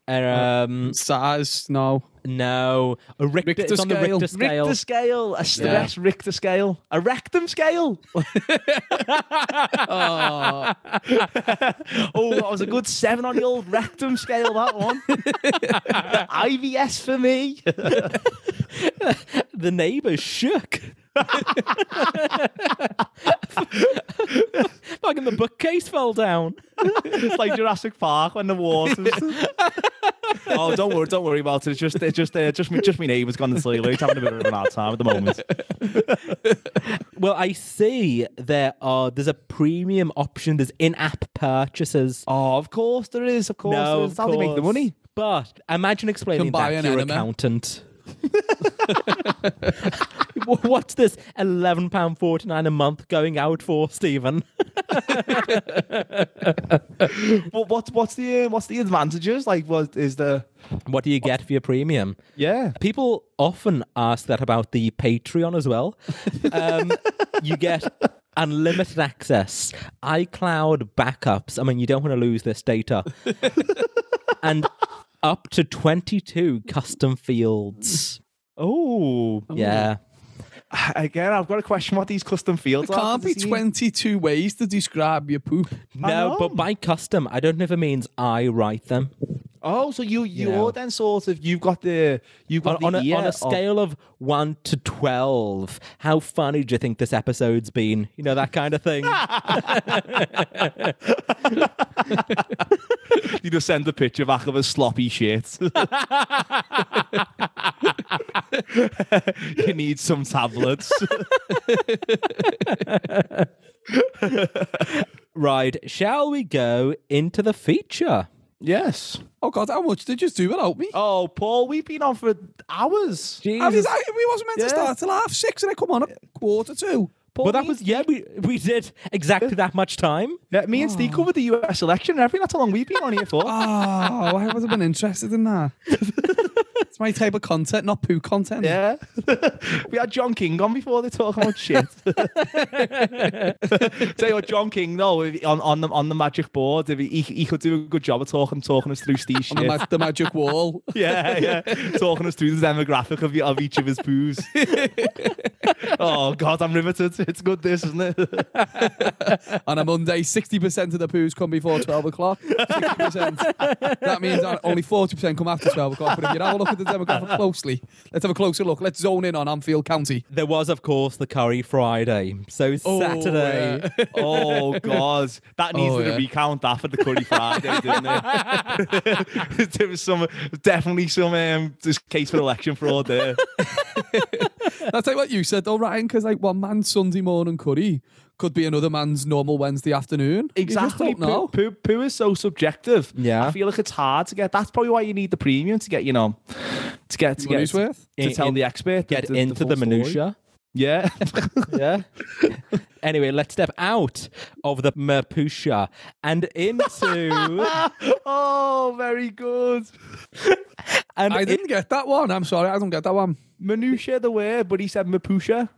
Uh, Um,
SARS, (laughs) no.
no, a Richter,
Richter
it's on the
scale.
Richter scale.
Richter scale, a stress Richter scale, a rectum scale.
Oh,
Oh, that was a (laughs) good seven on the old rectum scale. That one. IBS for me.
the neighbours shook. Fucking the bookcase fell down.
It's like Jurassic Park when the waters. (laughs) oh, don't worry, don't worry about it. It's just, it's just, uh, just me, just me neighbour's gone to sleep. He's having a bit of an hard time at the moment.
Well, I see there are there's a premium option. There's in-app purchases.
(laughs) Oh, of course there is. Of course,
No,
there is.
of
That's how they make the
course.
money.
But imagine explaining
Can buy
that
an
to your
enema.
accountant. (laughs) Wh- What's this eleven pound forty nine a month going out for, Stephen?
But what's what's the uh, what's the advantages? Like, what is the
What do you get for your premium?
yeah?
People often ask that about the Patreon as well. Um, you get unlimited access, iCloud backups. I mean, you don't want to lose this data. and up to 22 custom fields.
Oh,
Yeah.
(laughs) again, I've got a question. What these custom fields are?
can't be
Does it seem-
22 ways to describe your poop.
No, but by custom, I don't know if it means I write them.
Oh, so you you're
know.
then sort of you've got the you've got
On, on,
the
a,
ear
on a
of-
scale of 1 to 12, how funny do you think this episode's been? You know, that kind of
(laughs)
thing.
you just send a picture back of a sloppy shit. (laughs) you need some tablets.
right. Shall we go into the feature?
(laughs) yes.
Oh, God, how much did you do without me?
Oh, Paul, we've been on for hours.
I mean, I, we wasn't meant to
Yeah.
start till half six, and I come on at quarter to.
Paul,
Well, that
me-
was yeah. We we did exactly that much time.
yeah, me and Steve covered the US election and everything. That's how long we've been on here for.
Oh, I would have been interested in that. it's my type of content, not poo content.
Yeah. (laughs) we had John King on before they talk about
(laughs)
shit. Tell you what, John King, though, if- on, on, the, on the magic board, if he, he, he could do a good job of talking talking us through Steve's
On the,
shit.
ma- the magic wall.
yeah,
(laughs)
yeah. Talking us through the demographic of, of each of his poos. oh, God, I'm riveted. It's good, this, isn't it?
on a Monday, 60% of the poos come before 12 o'clock. 60%. That means that only 40% come after 12 o'clock. But if you have a look at the demographic closely, let's have a closer look. Let's zone in on Anfield County.
There was, of course, the Curry Friday. So Saturday,
yeah.
oh, God. That needs
Oh,
to
yeah.
recount after the Curry Friday, didn't it?
(laughs)
(laughs) there was some, definitely some um, just case for election fraud there.
That's like what you said, though, Ryan, because like one man's Sunday morning curry could be another man's normal Wednesday afternoon.
Exactly.
You just don't know.
Poo, poo, poo is so subjective.
Yeah.
I feel like it's hard to get. That's probably why you need the premium to get, you know, to get to
Money's
get
worth.
to
In-
tell
in-
the
(laughs)
expert.
get
the,
into
full
the
story.
minutia.
Yeah. (laughs)
Yeah. (laughs) anyway, let's step out of the Merpusha and into
oh, very good.
and
I
in-
didn't get that one. I'm sorry, I don't get that one.
Minutia the word, but he said Mapusha.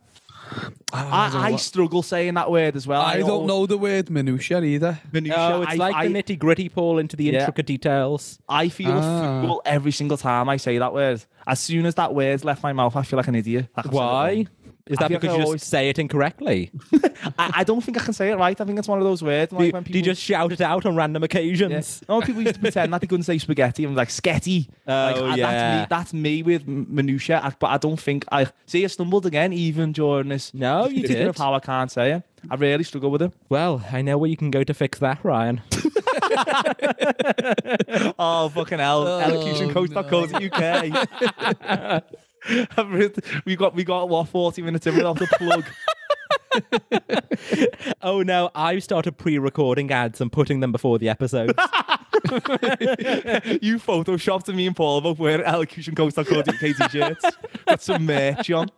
don't
I, I
know.
struggle saying that word as well.
I don't
al-
know the word minutia either.
Minutia.
oh, it's
I,
like
I,
the nitty gritty, Paul, into the
Yeah.
intricate details.
I feel
Ah.
a fool every single time I say that word. As soon as that word's left my mouth, I feel like an idiot. Like I've said it
Why? Is that
feel like
because
I
you just
always-
say it incorrectly?
wrong. I, I don't think I can say it right. I think it's one of those words. Like
Do you,
when
do
people
you just shout it out on random occasions?
No, people used to pretend that they couldn't say spaghetti. I'm like, sketty. like,
Oh,
I-
yeah.
That's me, that's me with m- minutia, I- but I don't think I... See, I stumbled again, even during this...
No, you
thinking
did.
of how I can't say it. I really struggle with it.
Well, I know where you can go to fix that, Ryan.
Oh, fucking (laughs) hell. Oh, Elocutioncoach.co.uk. (laughs) I've writ- we got we got what 40 minutes in without the plug. (laughs)
Oh no, I've started pre-recording ads and putting them before the episode.
you photoshopped me and Paul about wearing elocutioncoach.co.uk t-shirts. Got some merch on.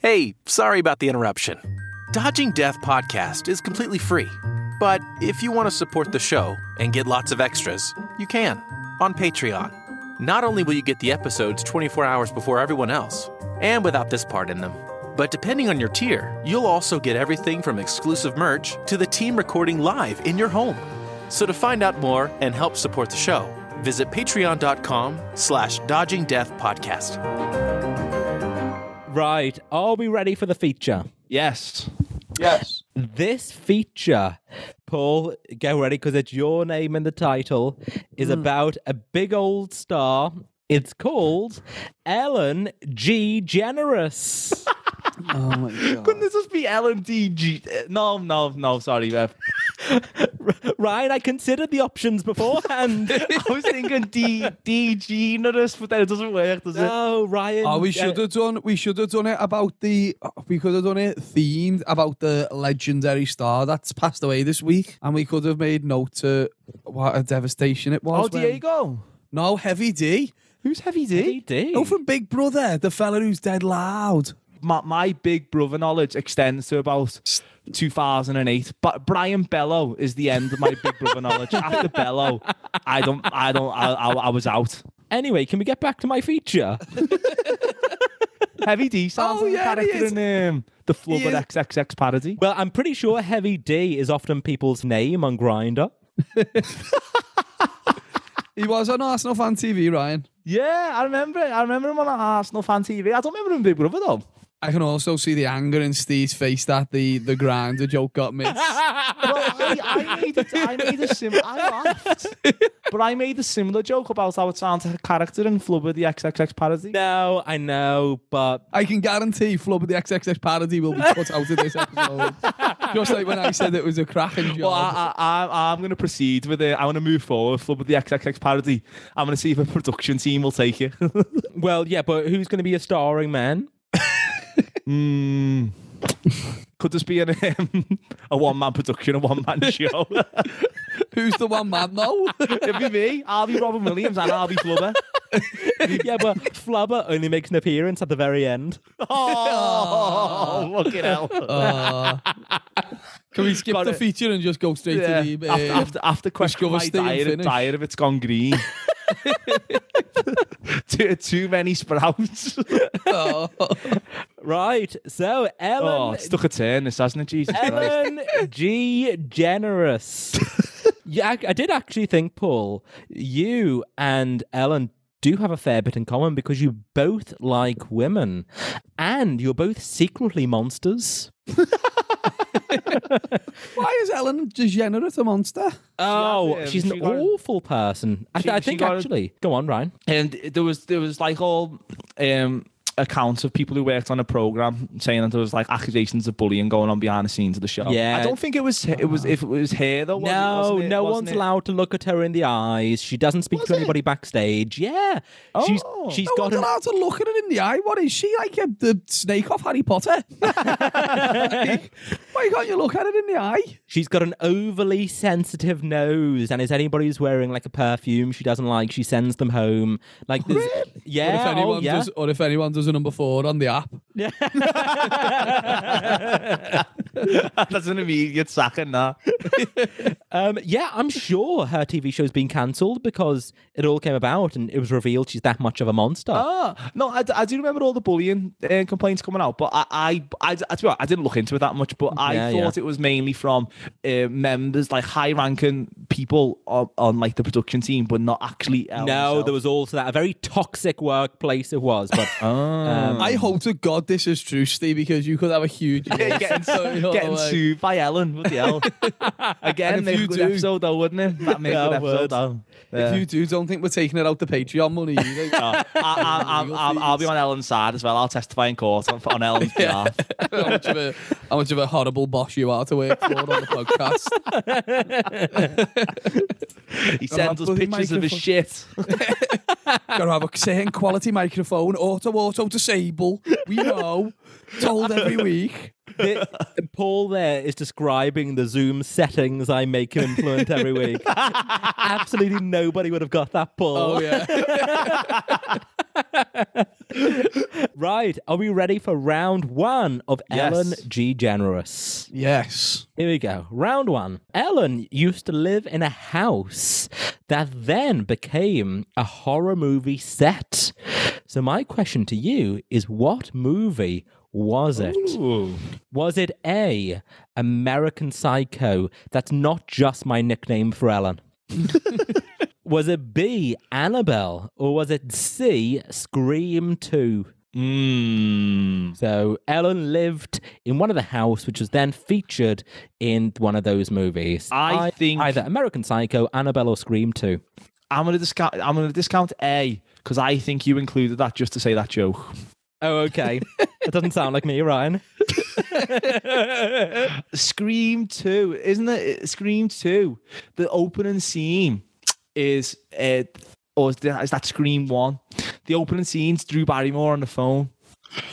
Hey, sorry about the interruption. Dodging Death podcast is completely free, but if you want to support the show and get lots of extras, you can on Patreon. Not only will you get the episodes 24 hours before everyone else, and without this part in them, but depending on your tier, you'll also get everything from exclusive merch to the team recording live in your home. So to find out more and help support the show, visit patreon.com slash dodging death podcast.
Right. Are we ready for the feature?
Yes.
Yes.
This feature, Paul, get ready because it's your name in the title, is about a big old star. It's called Ellen G. Generous.
Oh my god.
(laughs) Couldn't this just be LMDG? eh, No, no, no. Sorry, uh, Bev.
Ryan, I considered the options beforehand.
(laughs) I was thinking D D generous, but then it doesn't work, does it?
no, Ryan.
Oh, we
uh,
should have done. We should have done it about the. We could have done it themed about the legendary star that's passed away this week, and we could have made note to what a devastation it
Oh,
was. when-
Diego.
No, Heavy D.
Who's Heavy D?
He did.
Oh, from Big Brother, the fella who's dead loud.
my, my big brother knowledge extends to about 2008. But Brian Bellow is the end of my big brother knowledge. After Bellow, I don't, I don't, I, I, I was out.
Anyway, can we get back to my feature?
(laughs) Heavy D sounds
Oh,
like
yeah,
a
he
character
is.
in um, the
He
Flubber
is.
XXX parody.
well, I'm pretty sure Heavy D is often people's name on Grinder.
He was on Arsenal fan TV, Ryan.
Yeah, I remember. it. I remember him on Arsenal fan TV. I don't remember him in Big Brother though.
I can also see the anger in Steve's face that the the grinder joke got
(laughs)
missed.
Well, I, I made it, I made a sim. I (laughs) laughed, but I made a similar joke about how it sounds like a character in Flubber the XXX parody.
No, I know, but
I can guarantee Flub of the XXX parody will be cut out of
(laughs)
this episode. Just like when I said it was a cracking job.
Well, I, I, I, I'm going to proceed with it. I want to move forward with with the XXX parody. I'm going to see if a production team will take it. (laughs)
well, yeah, but who's going to be a starring man?
Hmm. Could this be an, um, a one man production, a one (laughs) man show?
Who's the one
(laughs)
man though?
It'd be me. I'll be Robin Williams and I'll be Flubber.
yeah, but Flubber only makes an appearance at the very end.
(laughs) Oh, look it out.
Uh, can we skip
Got
the
it.
feature and just go straight
Yeah.
to the? Uh,
After, after, after question,
discover
my
stay and
diet,
finish.
diet if it's gone green. too, too many sprouts.
oh.
Right, so
oh,
Ellen,
it's took a turn, this hasn't it? Jesus Christ.
Ellen G.
(laughs)
Generous. yeah, I, I did actually think, Paul, you and Ellen do have a fair bit in common because you both like women and you're both secretly monsters.
Why is Ellen degenerate a monster?
Oh,
um,
she's an
she got-
awful person. I,
she-
I
she
think
got-
actually. Go on, Ryan.
and Um, there was there was like all um accounts of people who worked on a program saying that there was like accusations of bullying going on behind the scenes of the show.
Yeah.
I don't think it was it was if it was her though. was it?
No,
Wasn't it-
no
wasn't
one's
it?
allowed to look at her in the eyes. She doesn't speak to anybody backstage. Yeah, she's
Oh.
she's
No
got
one's
an
allowed to look at it in the eye. What is she like? uh, The snake off
(laughs)
Harry Potter? Like, why can't you look at it in the eye?
she's got an overly sensitive nose, and if anybody's wearing like a perfume she doesn't like, she sends them home. Like this,
Or if
yeah,
anyone
oh, yeah.
does, or if anyone does a number four on the app,
(laughs) That's an immediate sacking. Nah.
Um, yeah, I'm sure her TV show's been cancelled because it all came about and it was revealed she's that much of a monster.
Ah, no, I, d- I do remember all the bullying uh, complaints coming out, but I I, I, d- I, to be honest, I didn't look into it that much, but I
Yeah,
thought it was mainly from uh, members like high ranking people on, on like the production team, but not actually. Ellen
no,
herself.
there was also that a very toxic workplace it was, but um,
I hope to God this is true, Steve, because you could have a
(laughs)
huge.
getting, getting sued by Ellen. What the hell? Again,
if
make a
you
good
do-
episode though, wouldn't it? That make a good
Yeah,
episode
would.
though.
If
Yeah.
you do, don't think we're taking it out the Patreon money.
(laughs)
either.
I, I, I, I, I'll be on Ellen's side as well. I'll testify in court on, on Ellen's behalf.
how, much of a, how much of a horrible boss you are to work for on the podcast.
He sends us
bloody
pictures of his
microphone.
shit.
Got to have a certain quality microphone, auto, auto, disable. We know. Told every week.
Th- Paul there is describing the Zoom settings I make him influent every
Oh,
Oh, week. Absolutely nobody would have got that, Paul.
yeah.
right. Are we ready for round one of
Yes.
Ellen G. Generous?
(laughs) Yes.
Here we go. Round one. Ellen used to live in a house that then became a horror movie set. So, my question to you is what movie was it? Was it A, American Psycho? That's not just my nickname for
(laughs)
Ellen. was it B, Annabelle? Or was it C, Scream 2?
Mm.
So Ellen lived in one of the house, which was then featured in one of those movies.
I
Ei-
think-
either American Psycho, Annabelle, or Scream Two.
I'm gonna discount. I'm gonna discount A because I think you included that just to say that joke.
Oh,
(laughs)
okay. that doesn't sound like me, Ryan.
Scream Two, isn't it? Scream Two. The opening scene is uh, or is that, is that Scream One? The opening scene's Drew Barrymore on the phone.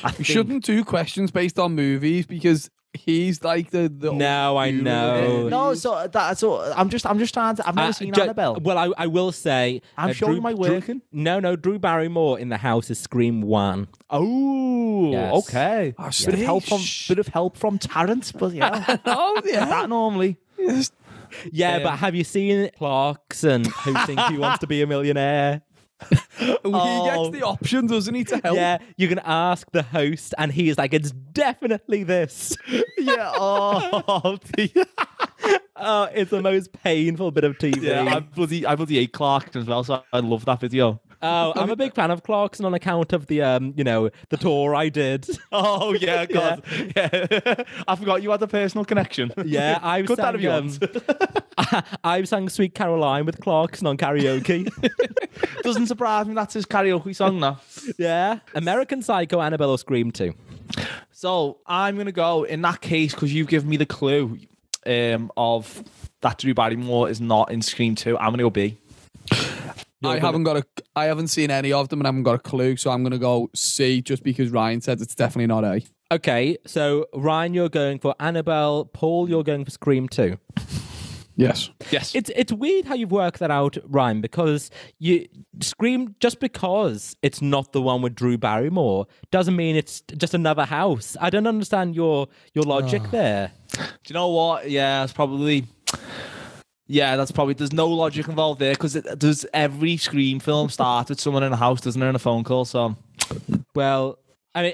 I
We
think-
shouldn't do questions based on movies because he's like the. the
No, I
guru of
know.
it.
No, so that's all. I'm just, I'm just trying to. I've never
Uh,
seen
ju-
Annabelle.
Well, I, I will say uh,
I'm showing my working.
no, no, Drew Barrymore in the house is Scream One.
oh,
Yes.
okay.
Oh,
bit of help from,
snitch.
bit of help from Tarrant, but (laughs) yeah,
Oh, yeah.
that normally.
Yes.
Yeah, but have you seen Um, Clarkson? Who thinks he wants to (laughs) be a millionaire?
He gets the option, doesn't he, to help?
Yeah, you can ask the host, and he is like, "It's definitely (laughs) this."
Yeah. (laughs) Oh, dear.
Oh, it's the most painful bit of TV.
yeah. I bloody, I bloody ate Clarkson as well, so I love that video.
Oh, I'm a big fan of Clarkson on account of the um, you know, the tour I (laughs) did.
(laughs) Oh (laughs) yeah, God. Yeah. I forgot you had a personal connection.
Yeah,
(laughs)
I've
Cut that
sang
if you
um, (laughs) I've sang Sweet Caroline with Clarkson on (laughs) karaoke.
Doesn't surprise me. That's his karaoke song now.
yeah, American Psycho, Annabelle, or Scream too.
So I'm gonna go in that case because you've given me the clue um, of that Drew Barrymore is not in Scream Two. I'm gonna go B.
I haven't got a. I haven't seen any of them, and I haven't got a clue. So I'm gonna go C, just because Ryan said it's definitely not A.
Okay, so Ryan, you're going for Annabelle. Paul, you're going for Scream too.
Yes.
Yes.
It's it's weird how you've worked that out, Ryan, because you Scream just because it's not the one with Drew Barrymore doesn't mean it's just another house. I don't understand your your logic there.
Do you know what? Yeah, it's probably. Yeah, that's probably. There's no logic involved there because does every Scream film start with someone in a house, doesn't there, in a phone call? So
Well, I mean,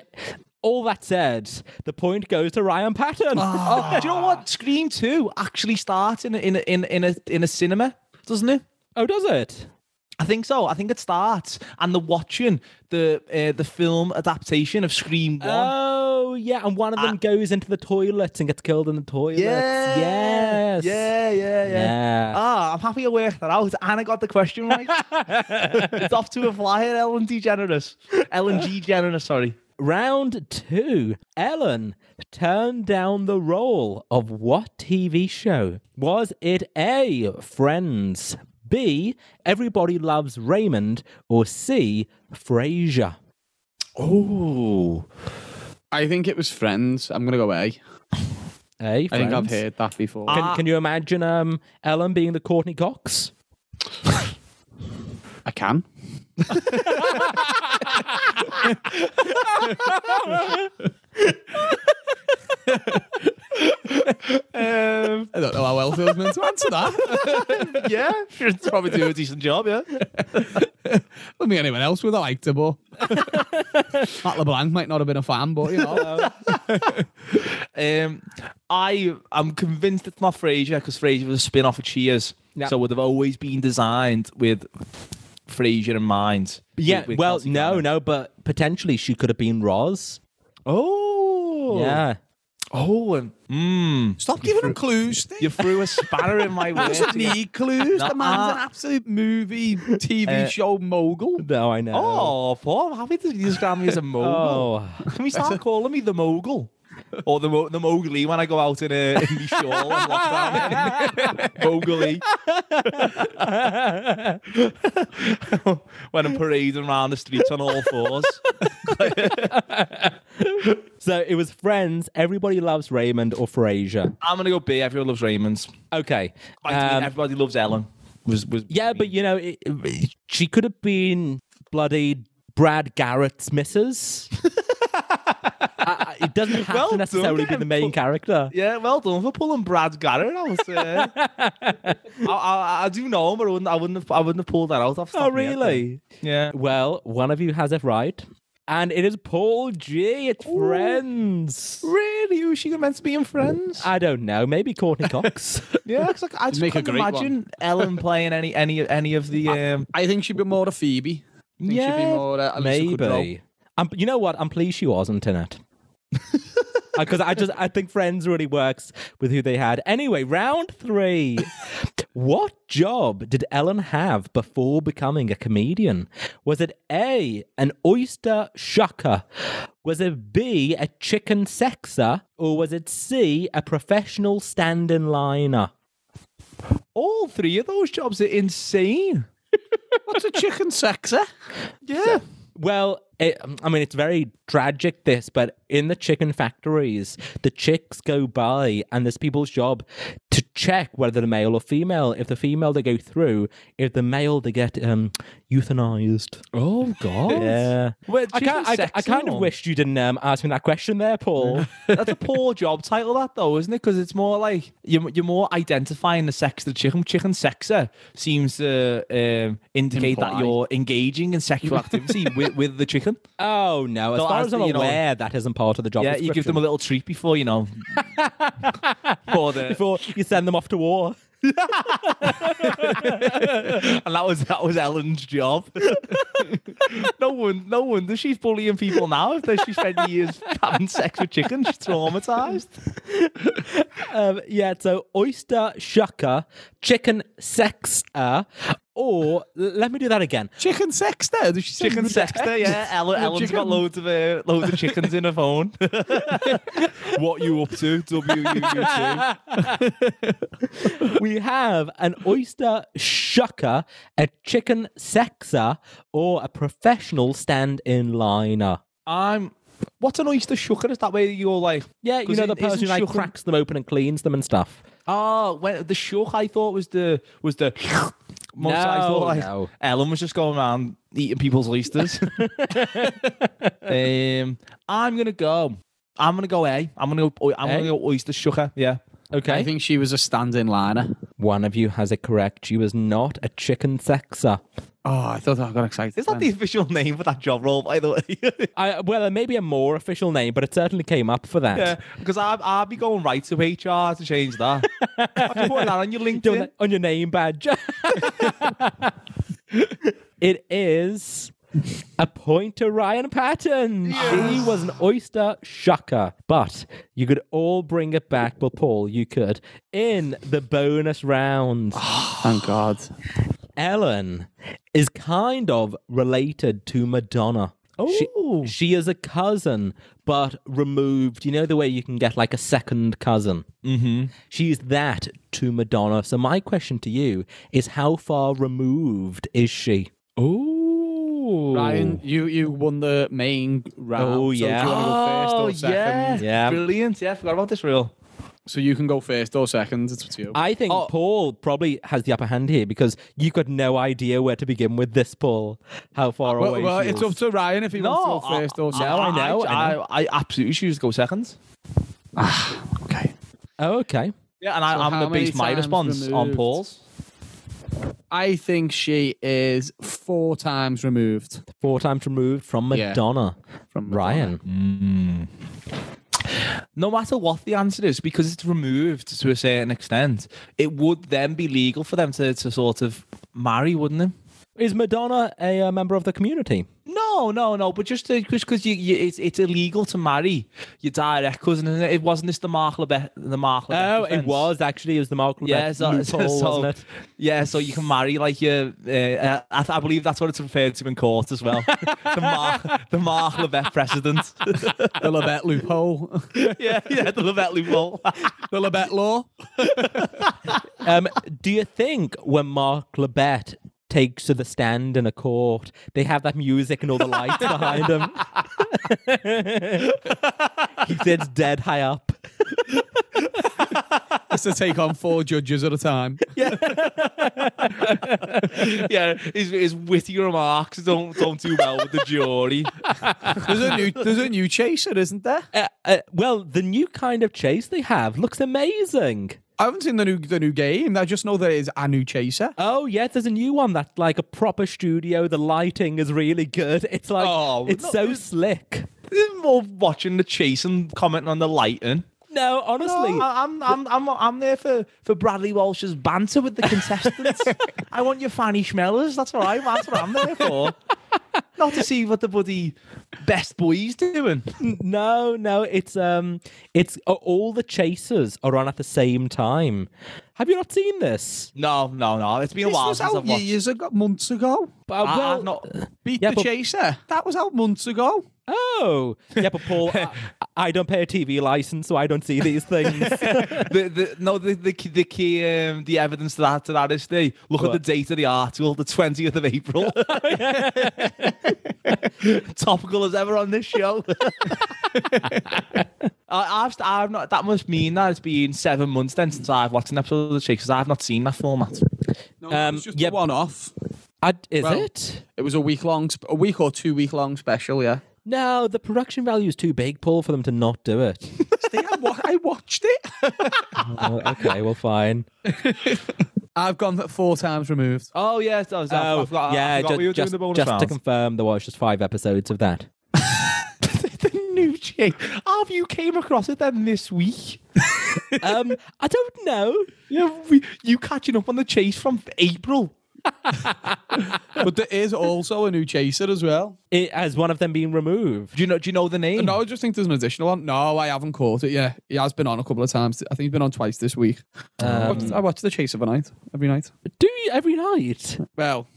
all that said, the point goes to Ryan Patton.
Oh, do you know what? Scream Two actually starts in a, in a, in a, in a in a cinema, doesn't it?
oh, does it?
I think so. I think it starts, and they're watching the uh, the film adaptation of Scream One.
Oh, yeah. And one of them goes into the toilets and gets killed in the toilets. Yes.
Yeah, yeah, yeah.
Yeah.
Ah, I'm happy I worked that out, and I got the
(laughs)
question right. it's off to a flyer, Ellen DeGeneres. Ellen G. Generous, sorry.
Round two. Ellen turned down the role of what TV show? Was it A, Friends, B, Everybody Loves Raymond, or C, Frasier?
Oh,
I think it was Friends. I'm gonna go A. I
A, Friends.
think I've heard that before.
Can, can you imagine um, Ellen being the Courtney Cox?
I can.
um,
I don't know how else I was meant to answer that.
(laughs) yeah, should probably do a decent job, yeah.
Don't think anyone else would have liked it, but Matt LeBlanc might not have been a fan, but you know.
Um, I am convinced it's not Frasier because Frasier was a spin off of Cheers,
Yeah.
so it would have always been designed with Frasier in mind.
Yeah,
With- with
well,
Kelsey
no,
Grammer.
no, but potentially she could have been Roz.
Oh,
Yeah.
Oh, and mm,
Stop giving him clues. Steve.
you threw a spanner
(laughs)
in my works.
doesn't need clues.
Nah.
The man's an absolute movie, TV
Uh,
show mogul.
No, I know. Oh.
Oh, Paul, I'm happy to
(laughs)
describe me as a mogul. Can we (laughs) start calling me the mogul? Or the mo- the mogully when I go out in a in my shawl and (laughs) lockdown. mogully. when I'm parading around the streets on all fours.
So it was Friends, Everybody Loves Raymond, or Frasier.
I'm gonna go B. Everyone loves Raymond's.
Okay.
I mean,
um,
everybody loves Ellen. Was was
yeah, but you know, it, it- she could have been bloody Brad Garrett's missus. I- I- it doesn't have
Well
to
done,
necessarily be the
then,
main
Paul.
character.
Yeah, well done for pulling Brad Garrett. I would (laughs) say. I, I, I do know him, but I wouldn't, I wouldn't, have, I wouldn't have pulled that out. Off the top
Oh,
of my head, though.
really?
Yeah.
Well, one of you has it right. And it is Paul G. It's friends.
Really? Who's she meant to be in Friends?
I don't know. Maybe Courtney Cox.
yeah, 'cause, like, I just
Make a
couldn't
great
imagine Ellen playing any, any, any
(laughs)
of the. Um,
I think she'd be more a Phoebe. I think she'd be
Yeah,
more a Alicia Maybe.
Maybe. Um, you know what? I'm pleased she wasn't in
(laughs)
it. Because I just I think Friends really works with who they had. Anyway, round
(laughs)
three. what job did Ellen have before becoming a comedian? Was it A, an oyster shucker? Was it B, a chicken sexer? Or was it C, a professional stand in liner?
all three of those jobs are insane.
What's a chicken sexer?
Yeah.
Well, it, I mean, it's very tragic, this, but in the chicken factories, the chicks go by, and there's people's job to check whether they're male or female. If the female, they go through. If the male, they get um, euthanized.
Oh God.
Yeah.
Wait,
I,
chicken
can't, I, I
sexing
kind of (laughs)
one?
wished you didn't um, ask me that question there,
(laughs)
Paul.
That's a poor job title, that though, isn't it? Because it's more like you're, you're more identifying the sex of the chicken. Chicken sexer seems to um, indicate
Imply.
that you're engaging
(laughs)
in sexual activity with, with the chicken.
oh, no. As
So
far
as
as I'm
the, you know-
aware, that isn't part of the job
yeah, you give them a little treat before
(laughs)
you know. before the,
Before you send them off to war.
and that was that was Ellen's job. (laughs) no one, no wonder she's bullying people now. If she spent years having sex with chickens, she's traumatized.
(laughs) Um, yeah, so oyster shucker, chicken sexer, or l- let me do that again.
Chicken sexter? Did she say
Chicken sexter, yeah. Ellen, Ellen's got
chicken.
loads of uh, loads of chickens in her phone. what you up to? W U U
(laughs)
two.
we have an oyster shucker, a chicken sexer, or a professional stand in liner.
I'm. What's an oyster shucker? Is that where you're like?
Yeah, you
'Cause
know
it-
the person who
isn't
like
shucking-
cracks them open and cleans them and stuff.
Oh, when the shook I thought was the was the. Most I
No,
thought like
no.
Ellen was just going around eating people's oysters. um, I'm gonna go. I'm gonna go A. I'm gonna go. I'm
A?
gonna go oyster shucker. Yeah.
Okay.
I think she was a stand-in liner.
One of you has it correct. She was not a chicken sexer.
Oh, I thought I got excited.
Is that the
then.
official name for that job role? By the way. (laughs)
I, well, there may be a more official name, but it certainly came up for that.
Yeah, because I'll, I'll be going right to HR to change that. I just put that on your
Doing
LinkedIn.
it on your name badge. (laughs) it is a point to Ryan Patton. She was an oyster shucker, but you could all bring it back. Well, Paul, you could in the bonus round.
(sighs) Thank God.
Ellen is kind of related to Madonna. She,
Oh.
Ooh.
she is a cousin, but removed. You know the way you can get like a second cousin? Mm-hmm. She's that to Madonna. So, my question to you is how far removed is she?
Oh,
Ryan, you, you won the main round.
Oh,
So
yeah.
do you want to go
Oh,
first or second?
yeah.
Yeah.
Brilliant. Yeah, I forgot about this reel.
So you can go first or second. It's up to you.
I think
Oh.
Paul probably has the upper hand here because you've got no idea where to begin with this, Paul. How far
well,
away
well,
she
it's
is.
up to Ryan if he wants to go first or second.
I know, I
Oh, I, I, absolutely choose to go second.
Okay.
Oh, okay.
Yeah, and I,
So
I'm
how
going to
many
base my
times
response on
removed?
Paul's.
I think she is four times removed
Four times removed from
Yeah.
Madonna.
from Madonna. Mm.
Ryan.
No matter what the answer is, because it's removed to a certain extent, it would then be legal for them to, to sort of marry, wouldn't it?
Is Madonna a uh, member of the community?
No, no, no. But just because you, you it's, it's illegal to marry your direct cousin, isn't it? It wasn't this the Mark Lebe- the Mark. Lebet
Oh, it
defense?
was actually. It was the Mark Lebet
Yeah, so, so-
loophole,
so-
wasn't it?
yeah, so you can marry like your. Uh, uh, I, th- I believe that's what it's referred to in court as
(laughs)
well. the Mark, the Mark Levette precedent.
The Labette loophole.
(laughs)
(laughs)
yeah, yeah, the Levette loophole.
the Labette law.
(laughs) Um, do you think when Mark Lebet takes to the stand in a court, they have that music and all the
(laughs)
lights behind him? he sits dead high up.
It's to take on four judges at a time.
yeah, his, his witty remarks don't don't do well with the jury.
There's a new there's a new chaser, isn't there?
Uh, uh, well, the new kind of chase they have looks amazing.
I haven't seen the new the new game. I just know there is a new chaser.
Oh yeah, there's a new one that's like a proper studio. The lighting is really good. It's like
Oh,
it's
no,
so
it-
slick.
Isn't more watching the chase and commenting on the lighting.
No, honestly,
I- I'm, I'm, I'm, I'm there for, for Bradley Walsh's banter with the (laughs) contestants. I want your fanny schmellers. That's what I'm, that's what I'm there for. Not to see what the bloody best boy's doing.
no, no. It's um, it's uh, all the chasers are on at the same time. Have you not seen this?
No, no, no. It's been a
This
while
was
since
out
I've watched.
years ago, months ago.
Uh,
I-
well,
I've not.
Beat
Yeah,
the
but-
chaser. That was out months ago.
Oh, yeah, but Paul, I, (laughs) I don't pay a TV license, so I don't see these
(laughs)
things.
the, the, no, the, the, key- the key, um, the evidence to that, to that is the look at the date of the article, the 20th of (laughs) April. Topical as ever on this show. (laughs) I, I've, st- I've not, that must mean that it's been seven months then since I've watched an episode of The Chase because I've not seen that format.
No,
Um,
it was just
yeah.
a one off.
I, is
Well-
it?
It was a week long, sp- a week or two week long special. (laughs) Yeah,
No, the production value is too big, Paul, for them to not do
(laughs)
it.
I, wa- I watched it.
oh, okay, well, fine.
I've gone four times removed.
Oh, yeah. That was, I forgot, I
yeah,
forgot
ju-
we were
just,
doing the bonus
just to
rounds.
confirm, there was just five episodes of
(laughs)
that.
the new Chase. Have you came across it then this week?
Um, I don't know.
Yeah, we, you catching up on The Chase from April?
(laughs) but there is also a new chaser as well.
It, has one of them been removed?
Do you know, do you know the
Hmm.
name?
No, I just think there's an additional one. No, I haven't caught it. Yeah, he has been on a couple of times. I think he's been on twice this week.
Um,
I, watch, I watch the chaser every night, every night.
Do you every night?
Well,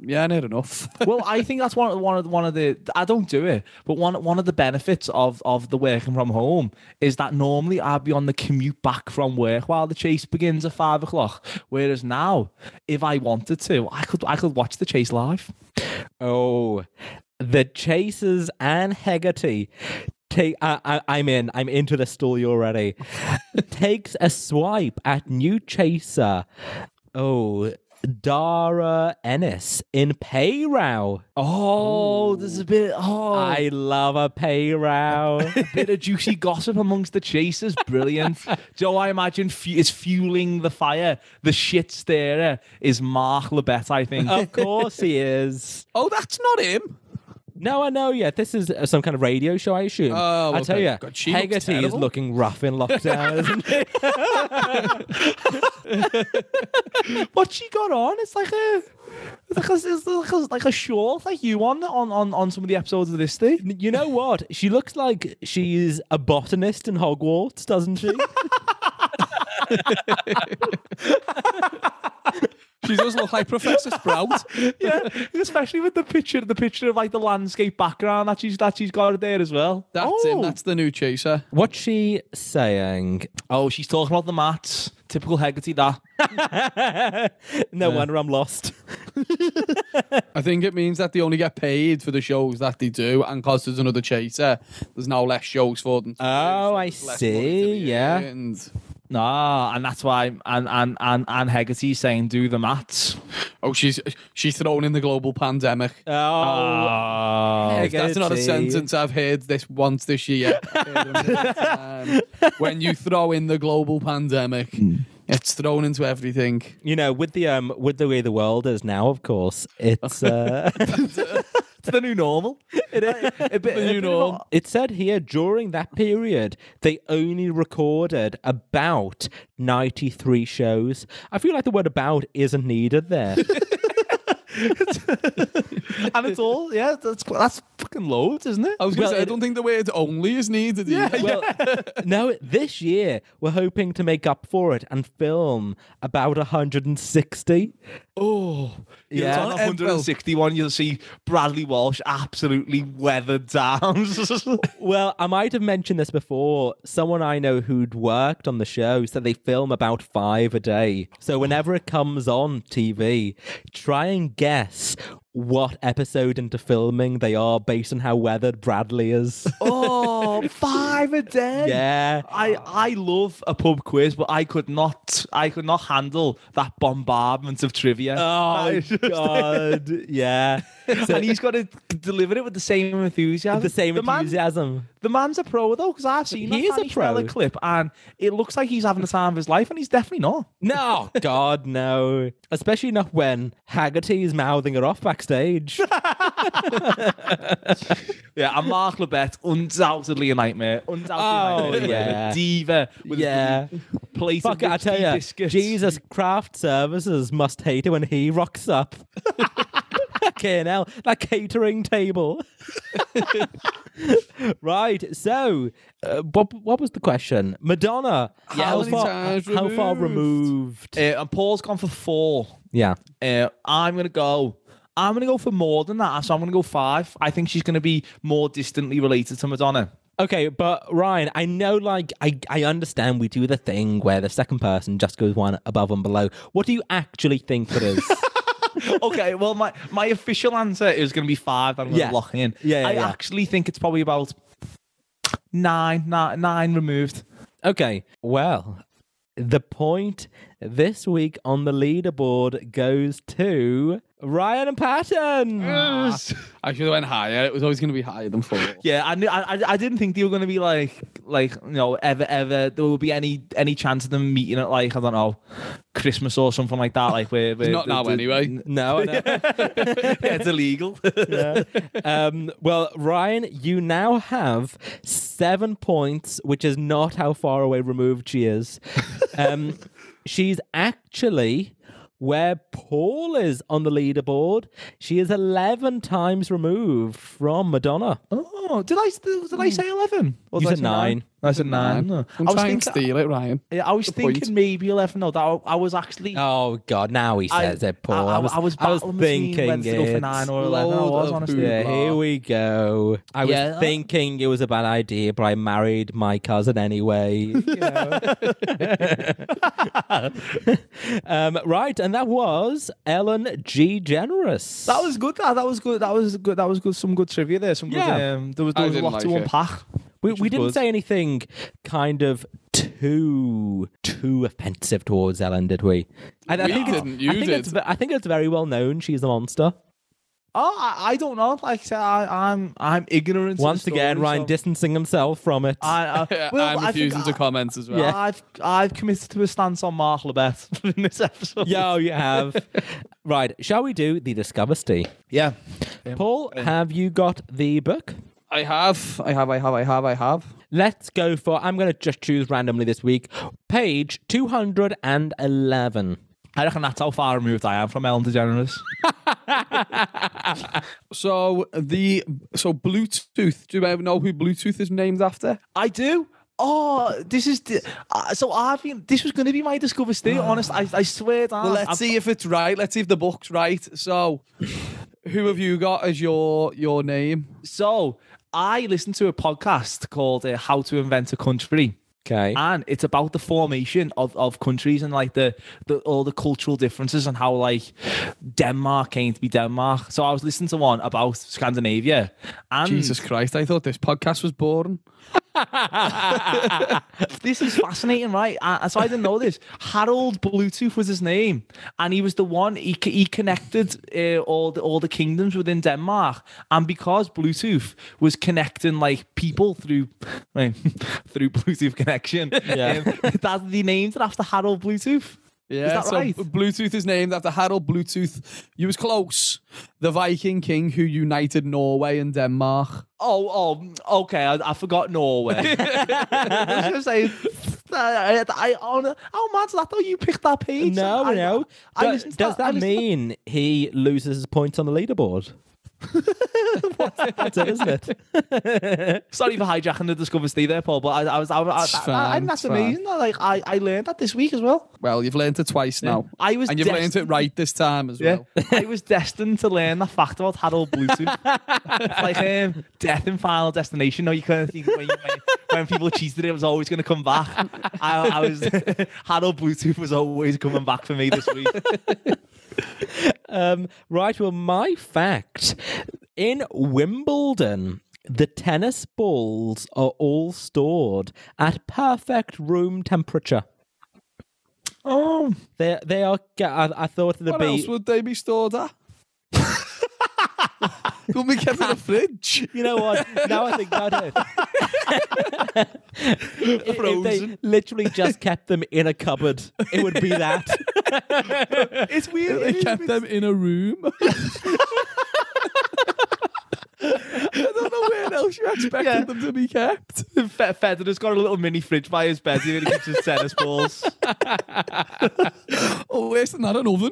yeah, near enough. (laughs)
well, I think that's one of one of one of the I don't do it, but one one of the benefits of of the working from home is that normally I'd be on the commute back from work while the chase begins at five o'clock. Whereas now, if I wanted to, I could I could watch the chase live.
Oh, the Chasers and Hegarty. Take, I, I, I'm in. I'm into the story
(laughs)
already. Takes a swipe at new chaser. Oh, Dara Ennis in pay row.
Oh, there's a bit oh
I love a pay row.
(laughs)
a bit of juicy gossip amongst the chasers. Brilliant. Joe, I imagine fu- is fueling the fire. The shit stirrer is Mark Lebet, I think.
of course he is.
oh, that's not him.
No, I know. Yeah, this is uh, some kind of radio show, I assume.
Oh,
I tell
okay.
you,
God, she looks
Hegarty is
terrible.
looking rough in lockdown,
(laughs)
isn't it?
what she got on? It's like a it's like a, it's like a, like a shawl like you on on on on some of the episodes of this thing.
You know what? She looks like she's a botanist in Hogwarts, doesn't she?
She does look like Professor Sprout. (laughs)
yeah, (laughs) especially with the picture the picture of like the landscape background that she's that she's got there as well.
That's him. That's the new chaser.
(laughs) What's she saying?
oh, she's talking about the mats. Typical Hegarty that.
no wonder I'm lost.
I think it means that they only get paid for the shows that they do, and because there's another chaser, there's now less shows for them. To do,
Oh, I
there's less money to
see,
be
yeah.
earned.
Nah, and that's why and and and and Hegarty's saying do the mats.
Oh, she's she's thrown in the global pandemic.
Oh,
Oh,
That's not a
Hegarty.
sentence I've heard this once this (laughs) year. I've heard it a million times. when you throw in the global pandemic, it's thrown into everything.
You know, with the um, with the way the world is now, of course,
(laughs)
it's uh,
it's the new normal. It is (laughs) a bit,
new
a bit
norm.
of-
It said here during that period, they only recorded about 93 shows. I feel like the word about isn't needed there.
and it's all yeah. That's that's fucking loads, isn't it?
I was going to
Well,
say, I
it-
don't think the word only is needed. either.
(laughs) well, no, this year we're hoping to make up for it and film about 160.
Oh, yeah.
Yeah.
On
It's on
161, you'll see Bradley Walsh absolutely
(laughs)
weathered down.
Well, I might have mentioned this before. Someone I know who'd worked on the show said they film about five a day. So whenever it comes on TV, try and guess what episode into filming they are based on how weathered Bradley is.
Oh, five a day.
yeah.
I, I love a pub quiz, but I could not I could not handle that bombardment of trivia. (laughs) That
Oh
is just-
God! yeah,
and he's got to deliver it with the same enthusiasm.
the same
man-
enthusiasm.
The man's a pro though, because I've seen
He
that
is a
Fanny Shrella
pro.
clip, and it looks like he's having the time of his life, and he's definitely not.
(laughs) No, Oh, God, no. Especially not when Haggerty is mouthing her off (laughs) backstage.
Yeah, and Mark Lebet, undoubtedly a nightmare. Undoubtedly, a
Oh,
nightmare.
yeah.
a diva with
yeah.
a plate
Fuck it,
of
I tell you,
biscuits.
Jesus Craft Services must hate it when he rocks (laughs) up. KNL, that catering table. (laughs) right, so uh, what, what was the question? Madonna, how,
many
far,
times
how far
Uh,
removed?
and Paul's gone for four.
Yeah.
Uh, I'm gonna go. I'm gonna go for more than that. So I'm gonna go five. I think she's gonna be more distantly related to Madonna. (laughs)
Okay, but Ryan, I know, like, I, I understand we do the thing where the second person just goes one above and below. What do you actually think it is?
okay, well, my, my official answer is going to be five. I'm going to
Yeah.
lock in.
Yeah, yeah,
I
yeah.
actually think it's probably about nine, nine, nine removed.
okay, well, the point this week on the leaderboard goes to Ryan and Patton.
I should have went higher. It was always going to be higher than four.
Yeah, I knew. I, I- I didn't think they were going to be like, like you know, ever, ever. There would be any, any chance of them meeting at like I don't know, Christmas or something like that. Like where, where
Not
the-
now,
the-
anyway.
No, I know.
(laughs) yeah, it's
(laughs)
illegal.
um, well, Ryan, you now have seven points, which is not how far away removed she (laughs) is. Um, she's actually where Paul is on the leaderboard. She is 11 times removed from Madonna.
oh, did I did
Hmm.
I say eleven? Or
You
did I
said
say
nine.
I said nine.
I'm
I was
trying to
thinking.
steal it, Ryan.
I was
point.
thinking maybe eleven. No, that I, I was actually.
Oh, God, now he says it, Paul. I, was, I was,
battling between
thinking
whether to go for nine
it.
or 11. I
Load
was
of
honestly.
food.
Yeah, here we go. I was
Yeah.
thinking it was a bad idea, but I married my cousin anyway.
(laughs)
you know. (laughs) um, right, and that was Ellen G. Generous.
That was good. That, that was good. That was good. That was good. Some good trivia there. Some
Yeah.
good. Um, there was,
I
there was a
didn't
lot to
like it.
unpack.
we,
which
we
was
didn't
good.
say anything kind of too too offensive towards Ellen, did we? And
We
it's-
didn't, you
I think
did.
It's, ve- I think it's very well known. She's a monster.
Oh, I, I don't know. Like I said, I, I'm I'm ignorant. to the
Once again,
story,
Ryan
so
distancing himself from it.
I, I, well,
(laughs) I'm
I think
refusing to
I-
comment as well.
Yeah.
I've I've committed to a stance on Mark Lebet (laughs) in this episode.
Yo, oh, you
(laughs)
have. right, shall we do the Discover Steve?
yeah.
Paul, have you got the book?
I have, I have, I have, I have, I have.
Let's go for. I'm going to just choose randomly this week. Page 211.
I reckon that's how far removed I am from Ellen DeGeneres.
So the so Bluetooth. Do you ever know who Bluetooth is named after?
I do. Oh, this is the, uh, so. I've been. This was going to be my discover
(sighs)
stay. Honest, I, I swear. Down.
Well, let's
I've-
see if it's right. Let's see if the book's right. (sighs) So, who have you got as your your name?
So I listened to a podcast called uh, "How to Invent a Country."
Okay.
And it's about the formation of, of countries and like the, the all the cultural differences and how like Denmark came to be Denmark. So I was listening to one about Scandinavia, and
(clears throat) Jesus Christ! I thought this podcast was boring.
this is fascinating, right? Uh, so I didn't know this. Harold Bluetooth was his name, and he was the one he c- he connected uh, all the all the kingdoms within Denmark. And because Bluetooth was connecting like people through (laughs) right, through Bluetooth connection,
Yeah.
um, that they named it after Harold Bluetooth.
Yeah,
that
so
right?
Bluetooth is named after Harold Bluetooth. He was close. The Viking king who united Norway and Denmark.
Oh, oh, okay. I, I forgot Norway.
(laughs)
I was going to say, I, I, I, oh, no. how mad's that though? You picked that page.
no,
I,
no.
I,
Do-
listened to
does
I
that,
listened to
mean he loses his points on the
(laughs)
leaderboard? (laughs) That's it, isn't it?
Sorry for hijacking the Discover Steve there, Paul, but I, I was, I, I,
It's
I,
fine,
I- that's
it's
amazing. Like, I, I learned that this week as well.
Well, you've learnt it twice now.
I was
and you've learnt it
destined-
right this time as well.
I was destined to learn that fact about Harold Bluetooth.
(laughs)
It's like um, death in Final Destination. No, you couldn't think when, you, when, when people cheated, it was always going to come back. I, (laughs) I was Harold Bluetooth was always coming back for me this week.
Um, right, well, my fact in Wimbledon, the tennis balls are all stored at perfect room temperature.
Oh,
They they are. I, I thought they'd
What
be.
else would they be
(laughs)
stored at? Could we get in
(laughs)
the fridge?
you know what? Now I think about
(laughs)
it. (laughs) If- if they
Frozen.
literally just kept them in a cupboard, it would be that.
it's weird.
They
it is a
kept
bit-
them in
(laughs)
a room. (laughs) I don't know where else you expected
Yeah.
them to be kept.
Fe- Federer's got a little mini fridge by his bed. He keeps his tennis balls. (laughs)
Oh, worse than that, an oven.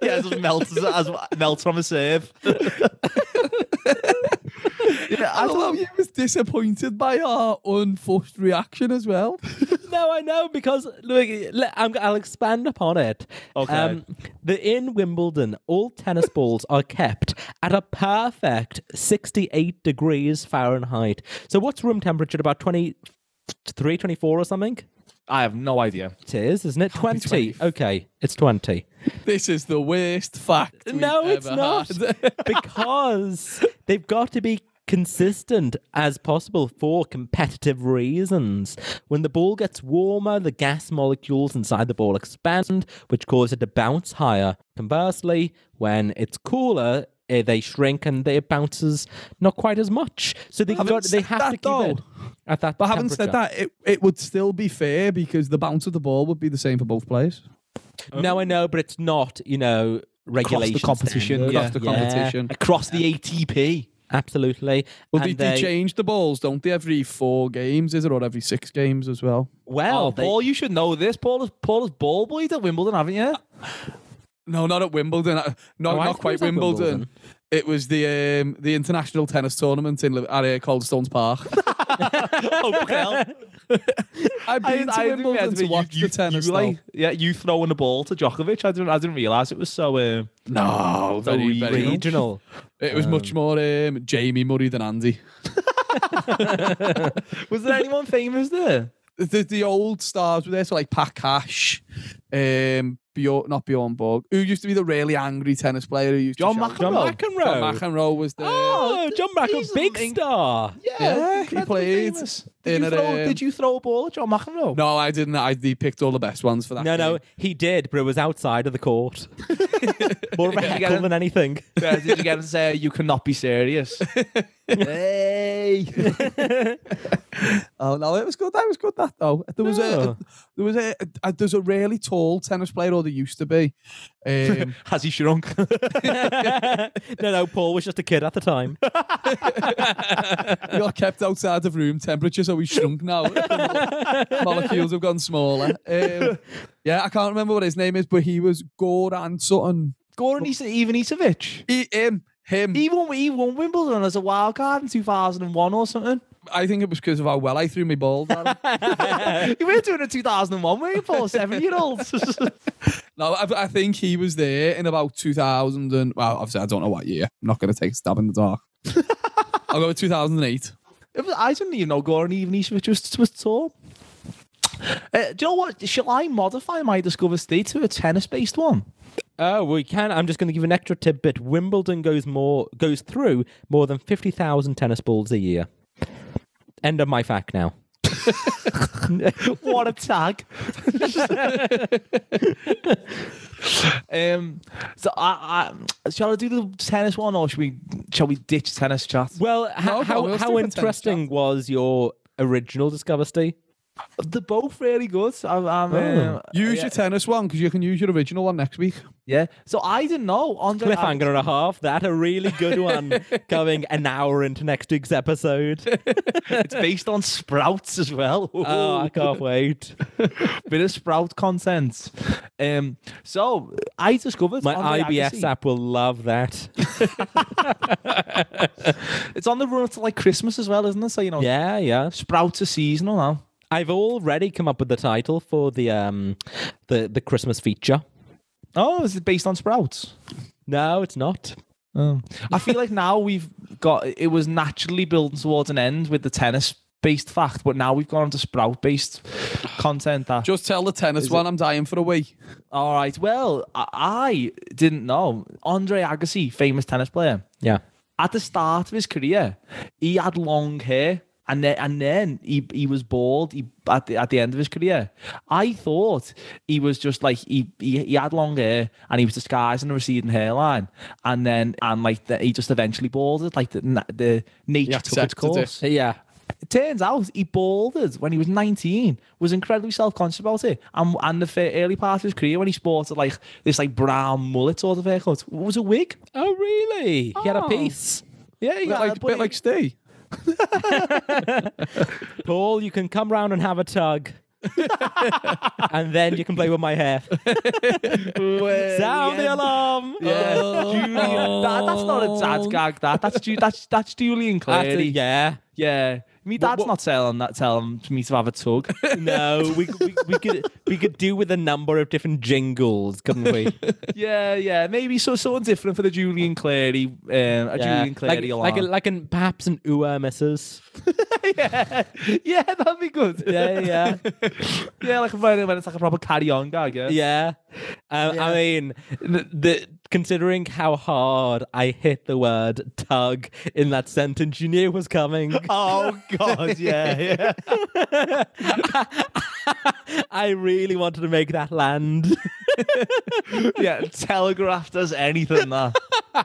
Yeah, it just melts as, as melts from a serve. yeah,
I love you was disappointed by our unforced reaction
(laughs)
as well.
No, I know because look, le- I'm, I'll expand upon it. Um,
Okay.
the in Wimbledon, all tennis balls are kept at a perfect 68 degrees Fahrenheit. So what's room temperature? About 23, 24 or something.
I have no idea.
It is, isn't it? 20.
20.
Okay, it's 20.
This is the worst fact. we've
no, it's
ever
not (laughs)
had.
because they've got to be consistent as possible for competitive reasons. When the ball gets warmer, the gas molecules inside the ball expand, which cause it to bounce higher. Conversely, when it's cooler, eh, they shrink and they bounces not quite as much. So they
Haven't
got they
said
have
that,
to keep it
though.
at that.
But having said
temperature.
that, it, it would still be fair because the bounce of the ball would be the same for both players.
no, I know, but it's not you know regulation
competition,
standard.
Across the
Yeah,
competition.
Across the ATP.
absolutely.
Well,
And
they, they change the balls, don't they? Every four games, is it, or every six games as well?
well,
oh,
they-
Paul, you should know this. Paul is Paul is ball boy at Wimbledon, haven't you?
No, not at Wimbledon. Uh, No,
Oh, I
not
thought
quite
it was at
Wimbledon.
Wimbledon.
It was the um, the international tennis tournament in Liv- at uh, Coldstones Park.
(laughs) oh, fucking (laughs) hell.
(laughs) I've been to Wimbledon to watch the tennis.
You,
though.
like- yeah, you throwing the ball to Djokovic. I didn't. I didn't realize it was so. Um,
no, very,
regional.
very,
regional.
it was much more um, Jamie Murray than Andy.
(laughs) was there anyone famous (laughs) there?
the, the old stars were there, so like Pat Cash, um, Bjorn, not Bjorn Borg, who used to be the really angry tennis player who used
John
to shout-
McEnroe.
John McEnroe.
John McEnroe was there.
Oh, John
he's
McEnroe,
a
big
mink.
star.
Yeah, he
incredibly
played
famous. Did
in
you,
a- um,
throw, did you throw a ball at John McEnroe?
(laughs) No, I didn't. I he picked all the best ones for that.
No, no,
game.
he did, but it was outside of the court. More of a
you
heckle
gotta-
than anything.
Yeah, did you get him to say you cannot be
(laughs)
serious? hey,
Oh no, it was good. That was good. That though. There was a,
No.
there was a, a there's a really tall tennis player, or there used to be. (laughs) Um,
has he shrunk?
no, no, Paul was just a kid at the time.
he got kept outside of room temperature, so he's shrunk (laughs) now. Molecules have gone smaller. Um, yeah, I can't remember what his name is, but he was Goran Sutton.
Goran Is- even Isovich.
He, him, him.
He won, he won Wimbledon as a wild card in 2001 or something.
I think it was because of how well I threw my balls at him.
you were doing it in 2001, were you, Paul? Seven year olds.
No, I, I think he was there in about 2000 and well, obviously I don't know what year. I'm not going to take a stab in
(laughs)
the dark. I'll go with 2008.
I didn't even know Goran even Isovich was, was tall. Uh, do you know what? Shall I modify my Discover State to a tennis based one?
Oh, we can. I'm just going to give an extra tidbit. Wimbledon goes more goes through more than fifty thousand tennis balls a year. End of my fact now.
what a tag. (laughs) um, so I, I, shall I do the tennis one or should we shall we ditch tennis chat?
Well, h-
No, no,
how
we'll stick
how
with tennis,
interesting was your original discover, Steve?
They're both really good. I, I'm,
Oh.
um,
Use
yeah,
your tennis one because you can use your original one next week.
yeah. So I didn't know. um, Andre,
cliffhanger and a half. That a really good one going an hour into next week's episode.
It's based on sprouts as well.
Oh, I can't wait.
Bit of sprout content. Um, so I discovered
My
Andre
IBS
Agassi.
app will love (laughs) that.
It's on the run up to like Christmas as well, isn't it? So you know,
Yeah, yeah.
sprouts are seasonal now.
I've already come up with the title for the um the the Christmas feature.
Oh, is it based on sprouts?
No, it's not.
I feel like now we've got it was naturally building towards an end with the tennis based fact, but now we've gone to sprout based content. That
Just tell the tennis one I'm dying for a week.
all right. Well, I, I didn't know Andre Agassi, famous tennis player.
Yeah.
At the start of his career, he had long hair. And then, and then he, he was bald he, at, the, at the end of his career. I thought he was just like, he, he, he had long hair and he was disguising a receding hairline. And then, and like, the, he just eventually balded. Like, the, na- the nature took its
accepted it.
course.
Uh, Yeah.
It turns out he balded when he was 19, was incredibly self-conscious about it. And, and the fa- early part of his career when he sported like this like brown mullet sort of haircut was a wig.
Oh, really? He had a piece.
Yeah, he
Bit
had-
like,
but
bit
he-
like Steve.
Paul, you can come round and have a (laughs) tug. and then you can play with my (laughs) hair.
well,
Sound the
yeah.
alarm.
Julian, that, that's not a dad gag. That that's Ju- that's that's Julian
That's it,
Clary.
yeah.
yeah. Me dad's not telling that telling me to have
(laughs)
a tug.
No, we, we, we could we could do with a number of different jingles, couldn't (laughs) we?
yeah, yeah. Maybe so someone different for the Julian Clary, um, a Julian Clary
like,
alarm.
like, a, like an perhaps an ooh uh, misses.
yeah, that'd be good.
Yeah, yeah.
(laughs) Yeah, like when, when it's like a proper carry on gag, yeah.
Yeah. Um, I mean, the, the considering how hard I hit the word tug in that sentence, you knew was coming.
(laughs) Oh
(laughs)
god, yeah, yeah.
I really wanted to make that land.
yeah, telegraphed us anything
(laughs)
that.
(laughs) I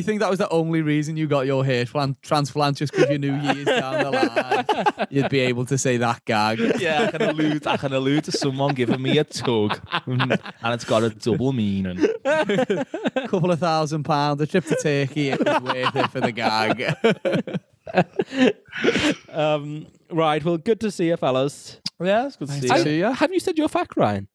think that was the only reason you got your hair tran- transplant, just because you knew years down the line you'd be able to say that gag.
(laughs) Yeah, I can allude I can allude to someone giving me a tug. (laughs) and it's got a double meaning.
A couple of thousand pounds, a trip to Turkey, it was worth it for the gag. (laughs)
Um, right. Well, good to see you, fellas.
Yeah, it's good to see
I-
you.
See ya.
Have you said your fact, Ryan?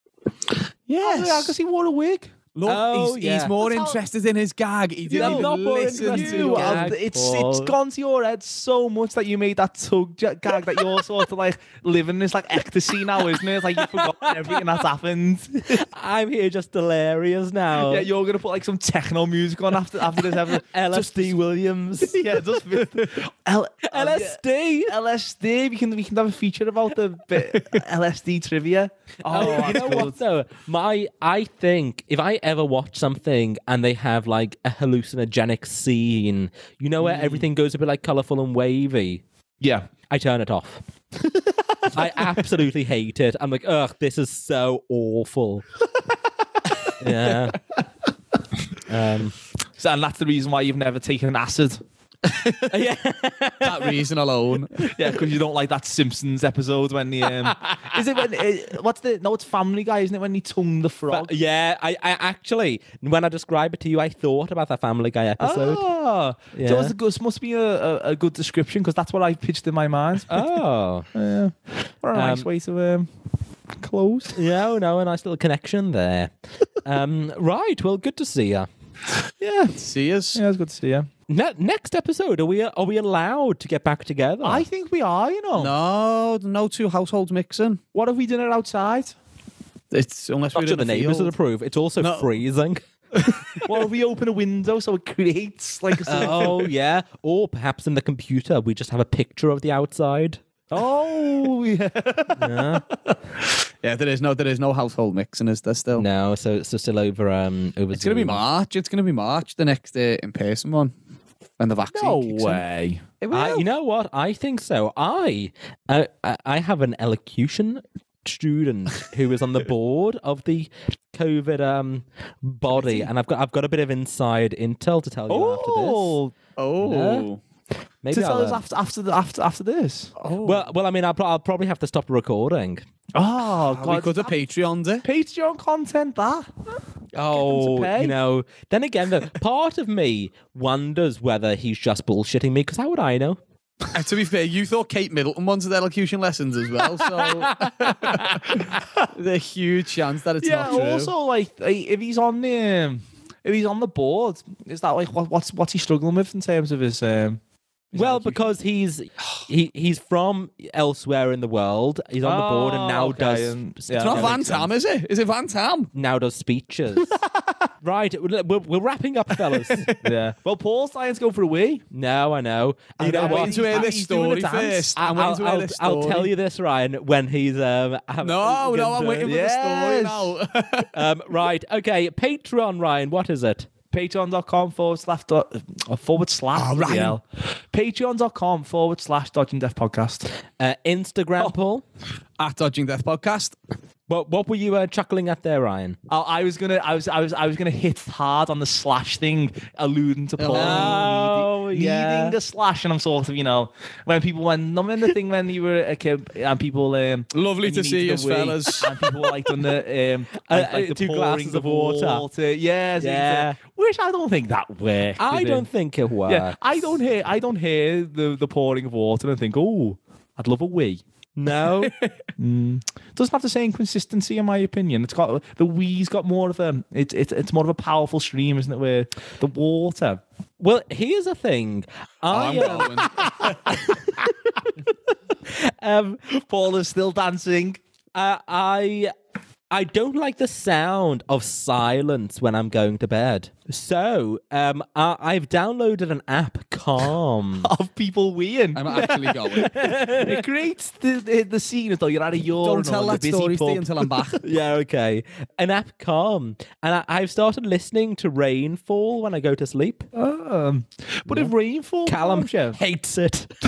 Because he wore a wig.
Look,
Oh,
he's,
yeah.
he's more
That's how-
interested in his gag. He
No,
didn't even
not more
listen
interested
to
in
You
you.
gag.
are- it's it's
Paul.
gone to your head so much that you made that tug j- gag that you're sort of like living this like ecstasy now, isn't it? It's like you've forgotten everything that's happened.
(laughs) I'm here just delirious now.
Yeah, you're gonna put like some techno music on after after this episode.
LSD
(laughs)
Williams.
yeah, just
(laughs)
L-
LSD.
LSD. We can we can have a feature about the bit
(laughs)
LSD trivia.
Oh, (laughs) you
that's
know
good.
what though? My, I think if I ever watch something and they have like a hallucinogenic scene, you know where everything goes a bit like colourful and wavy,
Yeah.
I turn it off. I absolutely hate it. I'm like, ugh, this is so awful. (laughs) yeah. Um, (laughs)
So, and that's the reason why you've never taken an acid.
yeah.
That (laughs) reason alone.
Yeah, because you don't like that Simpsons episode when the um, (laughs) is it when uh, what's the no? It's Family Guy, isn't it? When he tongued the frog.
Yeah, I, I actually, when I describe it to you, I thought about that Family Guy episode.
Ah,
Yeah.
so it's a good, this must be a, a, a good description because that's what I pitched in my mind.
Oh,
Yeah. What a nice
Um,
way to Uh, um, close.
yeah, oh, no, a nice little connection there.
(laughs)
Um, right, well, good to see you.
Yeah,
See us.
yeah, it's good to see you.
Ne- next episode, are we are we allowed to get back together?
I think we are, you know.
No, no two households mixing.
What if we did it outside?
It's unless
not
we're
sure
in
the
a
neighbours would
field.
approve. It's also
(laughs)
No.
freezing.
What if we open a window so it creates like a.
(laughs) oh yeah, or perhaps in the computer we just have a picture of the outside.
oh, yeah.
Yeah.
Yeah, there is no, there is no household mixing. Is there still?
no, so it's just still over. Um, over.
It's gonna be
Zoom.
March. It's gonna be March the next uh, in person one, when the vaccine. kicks in.
way.
It
I,
will.
you know what? I think so. I uh, I I have an elocution student who is on
(laughs)
the board of the COVID um body, and I've got I've got a bit of inside intel to tell you after
Oh,
oh,
No. this. Maybe
to tell
I'll,
us
um,
after after the, after after this.
oh.
Well, well, I mean, I'll, pro- I'll probably have to stop recording.
Oh,
we could have Patreoned it.
Patreon content that.
Oh,
pay.
you know. Then again,
(laughs)
though, part of me wonders whether he's just bullshitting me because how would I know?
And Uh, to be fair, you thought Kate Middleton wanted elocution lessons as
(laughs)
well, so there's a huge chance that it's
yeah.
not true.
Also, like eh, if he's on the um, if he's on the board, is that like what, what's what's he struggling with in terms of his um? his
Well,
elocution?
because he's he he's from elsewhere in the world. He's on the board and
Oh,
now
okay,
does
and-
s-
yeah,
it's not
okay.
Van Tam, is it? Is it Van Tam? (laughs)
now does speeches. Right, we're, we're wrapping up, fellas.
yeah. Well, Paul's science go for a wee.
no, I know. And
You know,
you know
I'm
what?
waiting to hear this
He's doing a
story
dance.
first. I'm
I'll,
waiting
I'll,
to hear
I'll,
this
I'll
story.
tell you this, Ryan, when he's um. having-
No, no, I'm waiting for
Yes.
the story now. (laughs)
Um, right, okay, Patreon, Ryan. What is it?
patreon.com forward slash dot, uh, forward slash
Oh, Ryan.
DL. patreon.com forward slash dodging death podcast
Uh, Instagram,
Oh.
Paul.
At Dodging Death Podcast.
What What were you uh, chuckling at there, Ryan?
I, I was gonna I was I was I was gonna hit hard on the slash thing alluding to Paul
Oh,
needing,
yeah.
needing the slash and I'm sort of you know when people went numb in the thing when you were a kid and people um
Lovely
and
to see
needed
us,
a wee,
fellas.
and people were like
(laughs)
done the um like,
Uh,
like the
two
pouring
glasses of water.
yeah so you
Yeah.
said, which I don't think that worked
I
did it?
don't think it worked.
yeah I don't hear I don't hear the the pouring of water and think oh I'd love a wee
(laughs)
No.
doesn't have the same consistency in my opinion. It's got the wee's got more of a it's it's it's more of a powerful stream, isn't it? Where the water.
well, here's the thing. I um, um,
Paul is still dancing.
uh, I I don't like the sound of silence when I'm going to bed. So um, I, I've downloaded an app,
(laughs)
Calm.
Of people weeing.
I'm actually going.
It creates the, the, the scene as though you're at a urinal.
Don't tell
in a
that
busy
story,
pub.
stay until I'm (laughs) back.
yeah, okay. An app, Calm, and I, I've started listening to rainfall when I go to sleep.
Um, but if rainfall
Callum
calms
(laughs)
you,
hates it. (laughs)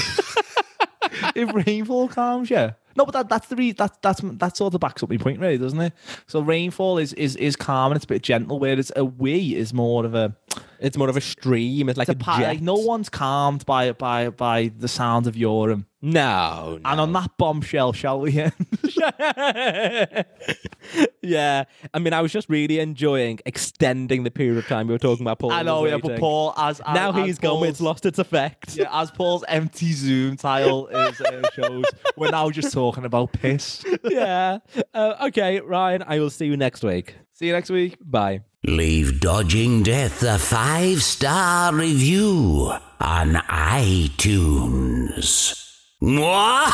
if rainfall calms you. No, but that, that's the re- that that's that sort of backs up my point, really, doesn't it? So rainfall is is is calm and it's a bit gentle, whereas a wee is more of a
It's more of a stream. It's like
it's a
a
pa-
jet.
like no one's calmed by by by the sound of um, urine.
No, no.
And on that bombshell, shall we end?
yeah. I mean, I was just really enjoying extending the period of time we were talking about Paul.
I know,
was
yeah, but
waiting.
Paul, as
Now
as,
he's
as
gone.
Paul's-
It's lost its effect.
Yeah, as Paul's empty Zoom tile is uh, shows, we're now just talking about piss.
yeah. Uh, okay, Ryan. I will see you next week.
See you next week.
Bye.
Leave Dodging Death a five star review on (laughs) iTunes. Mwah!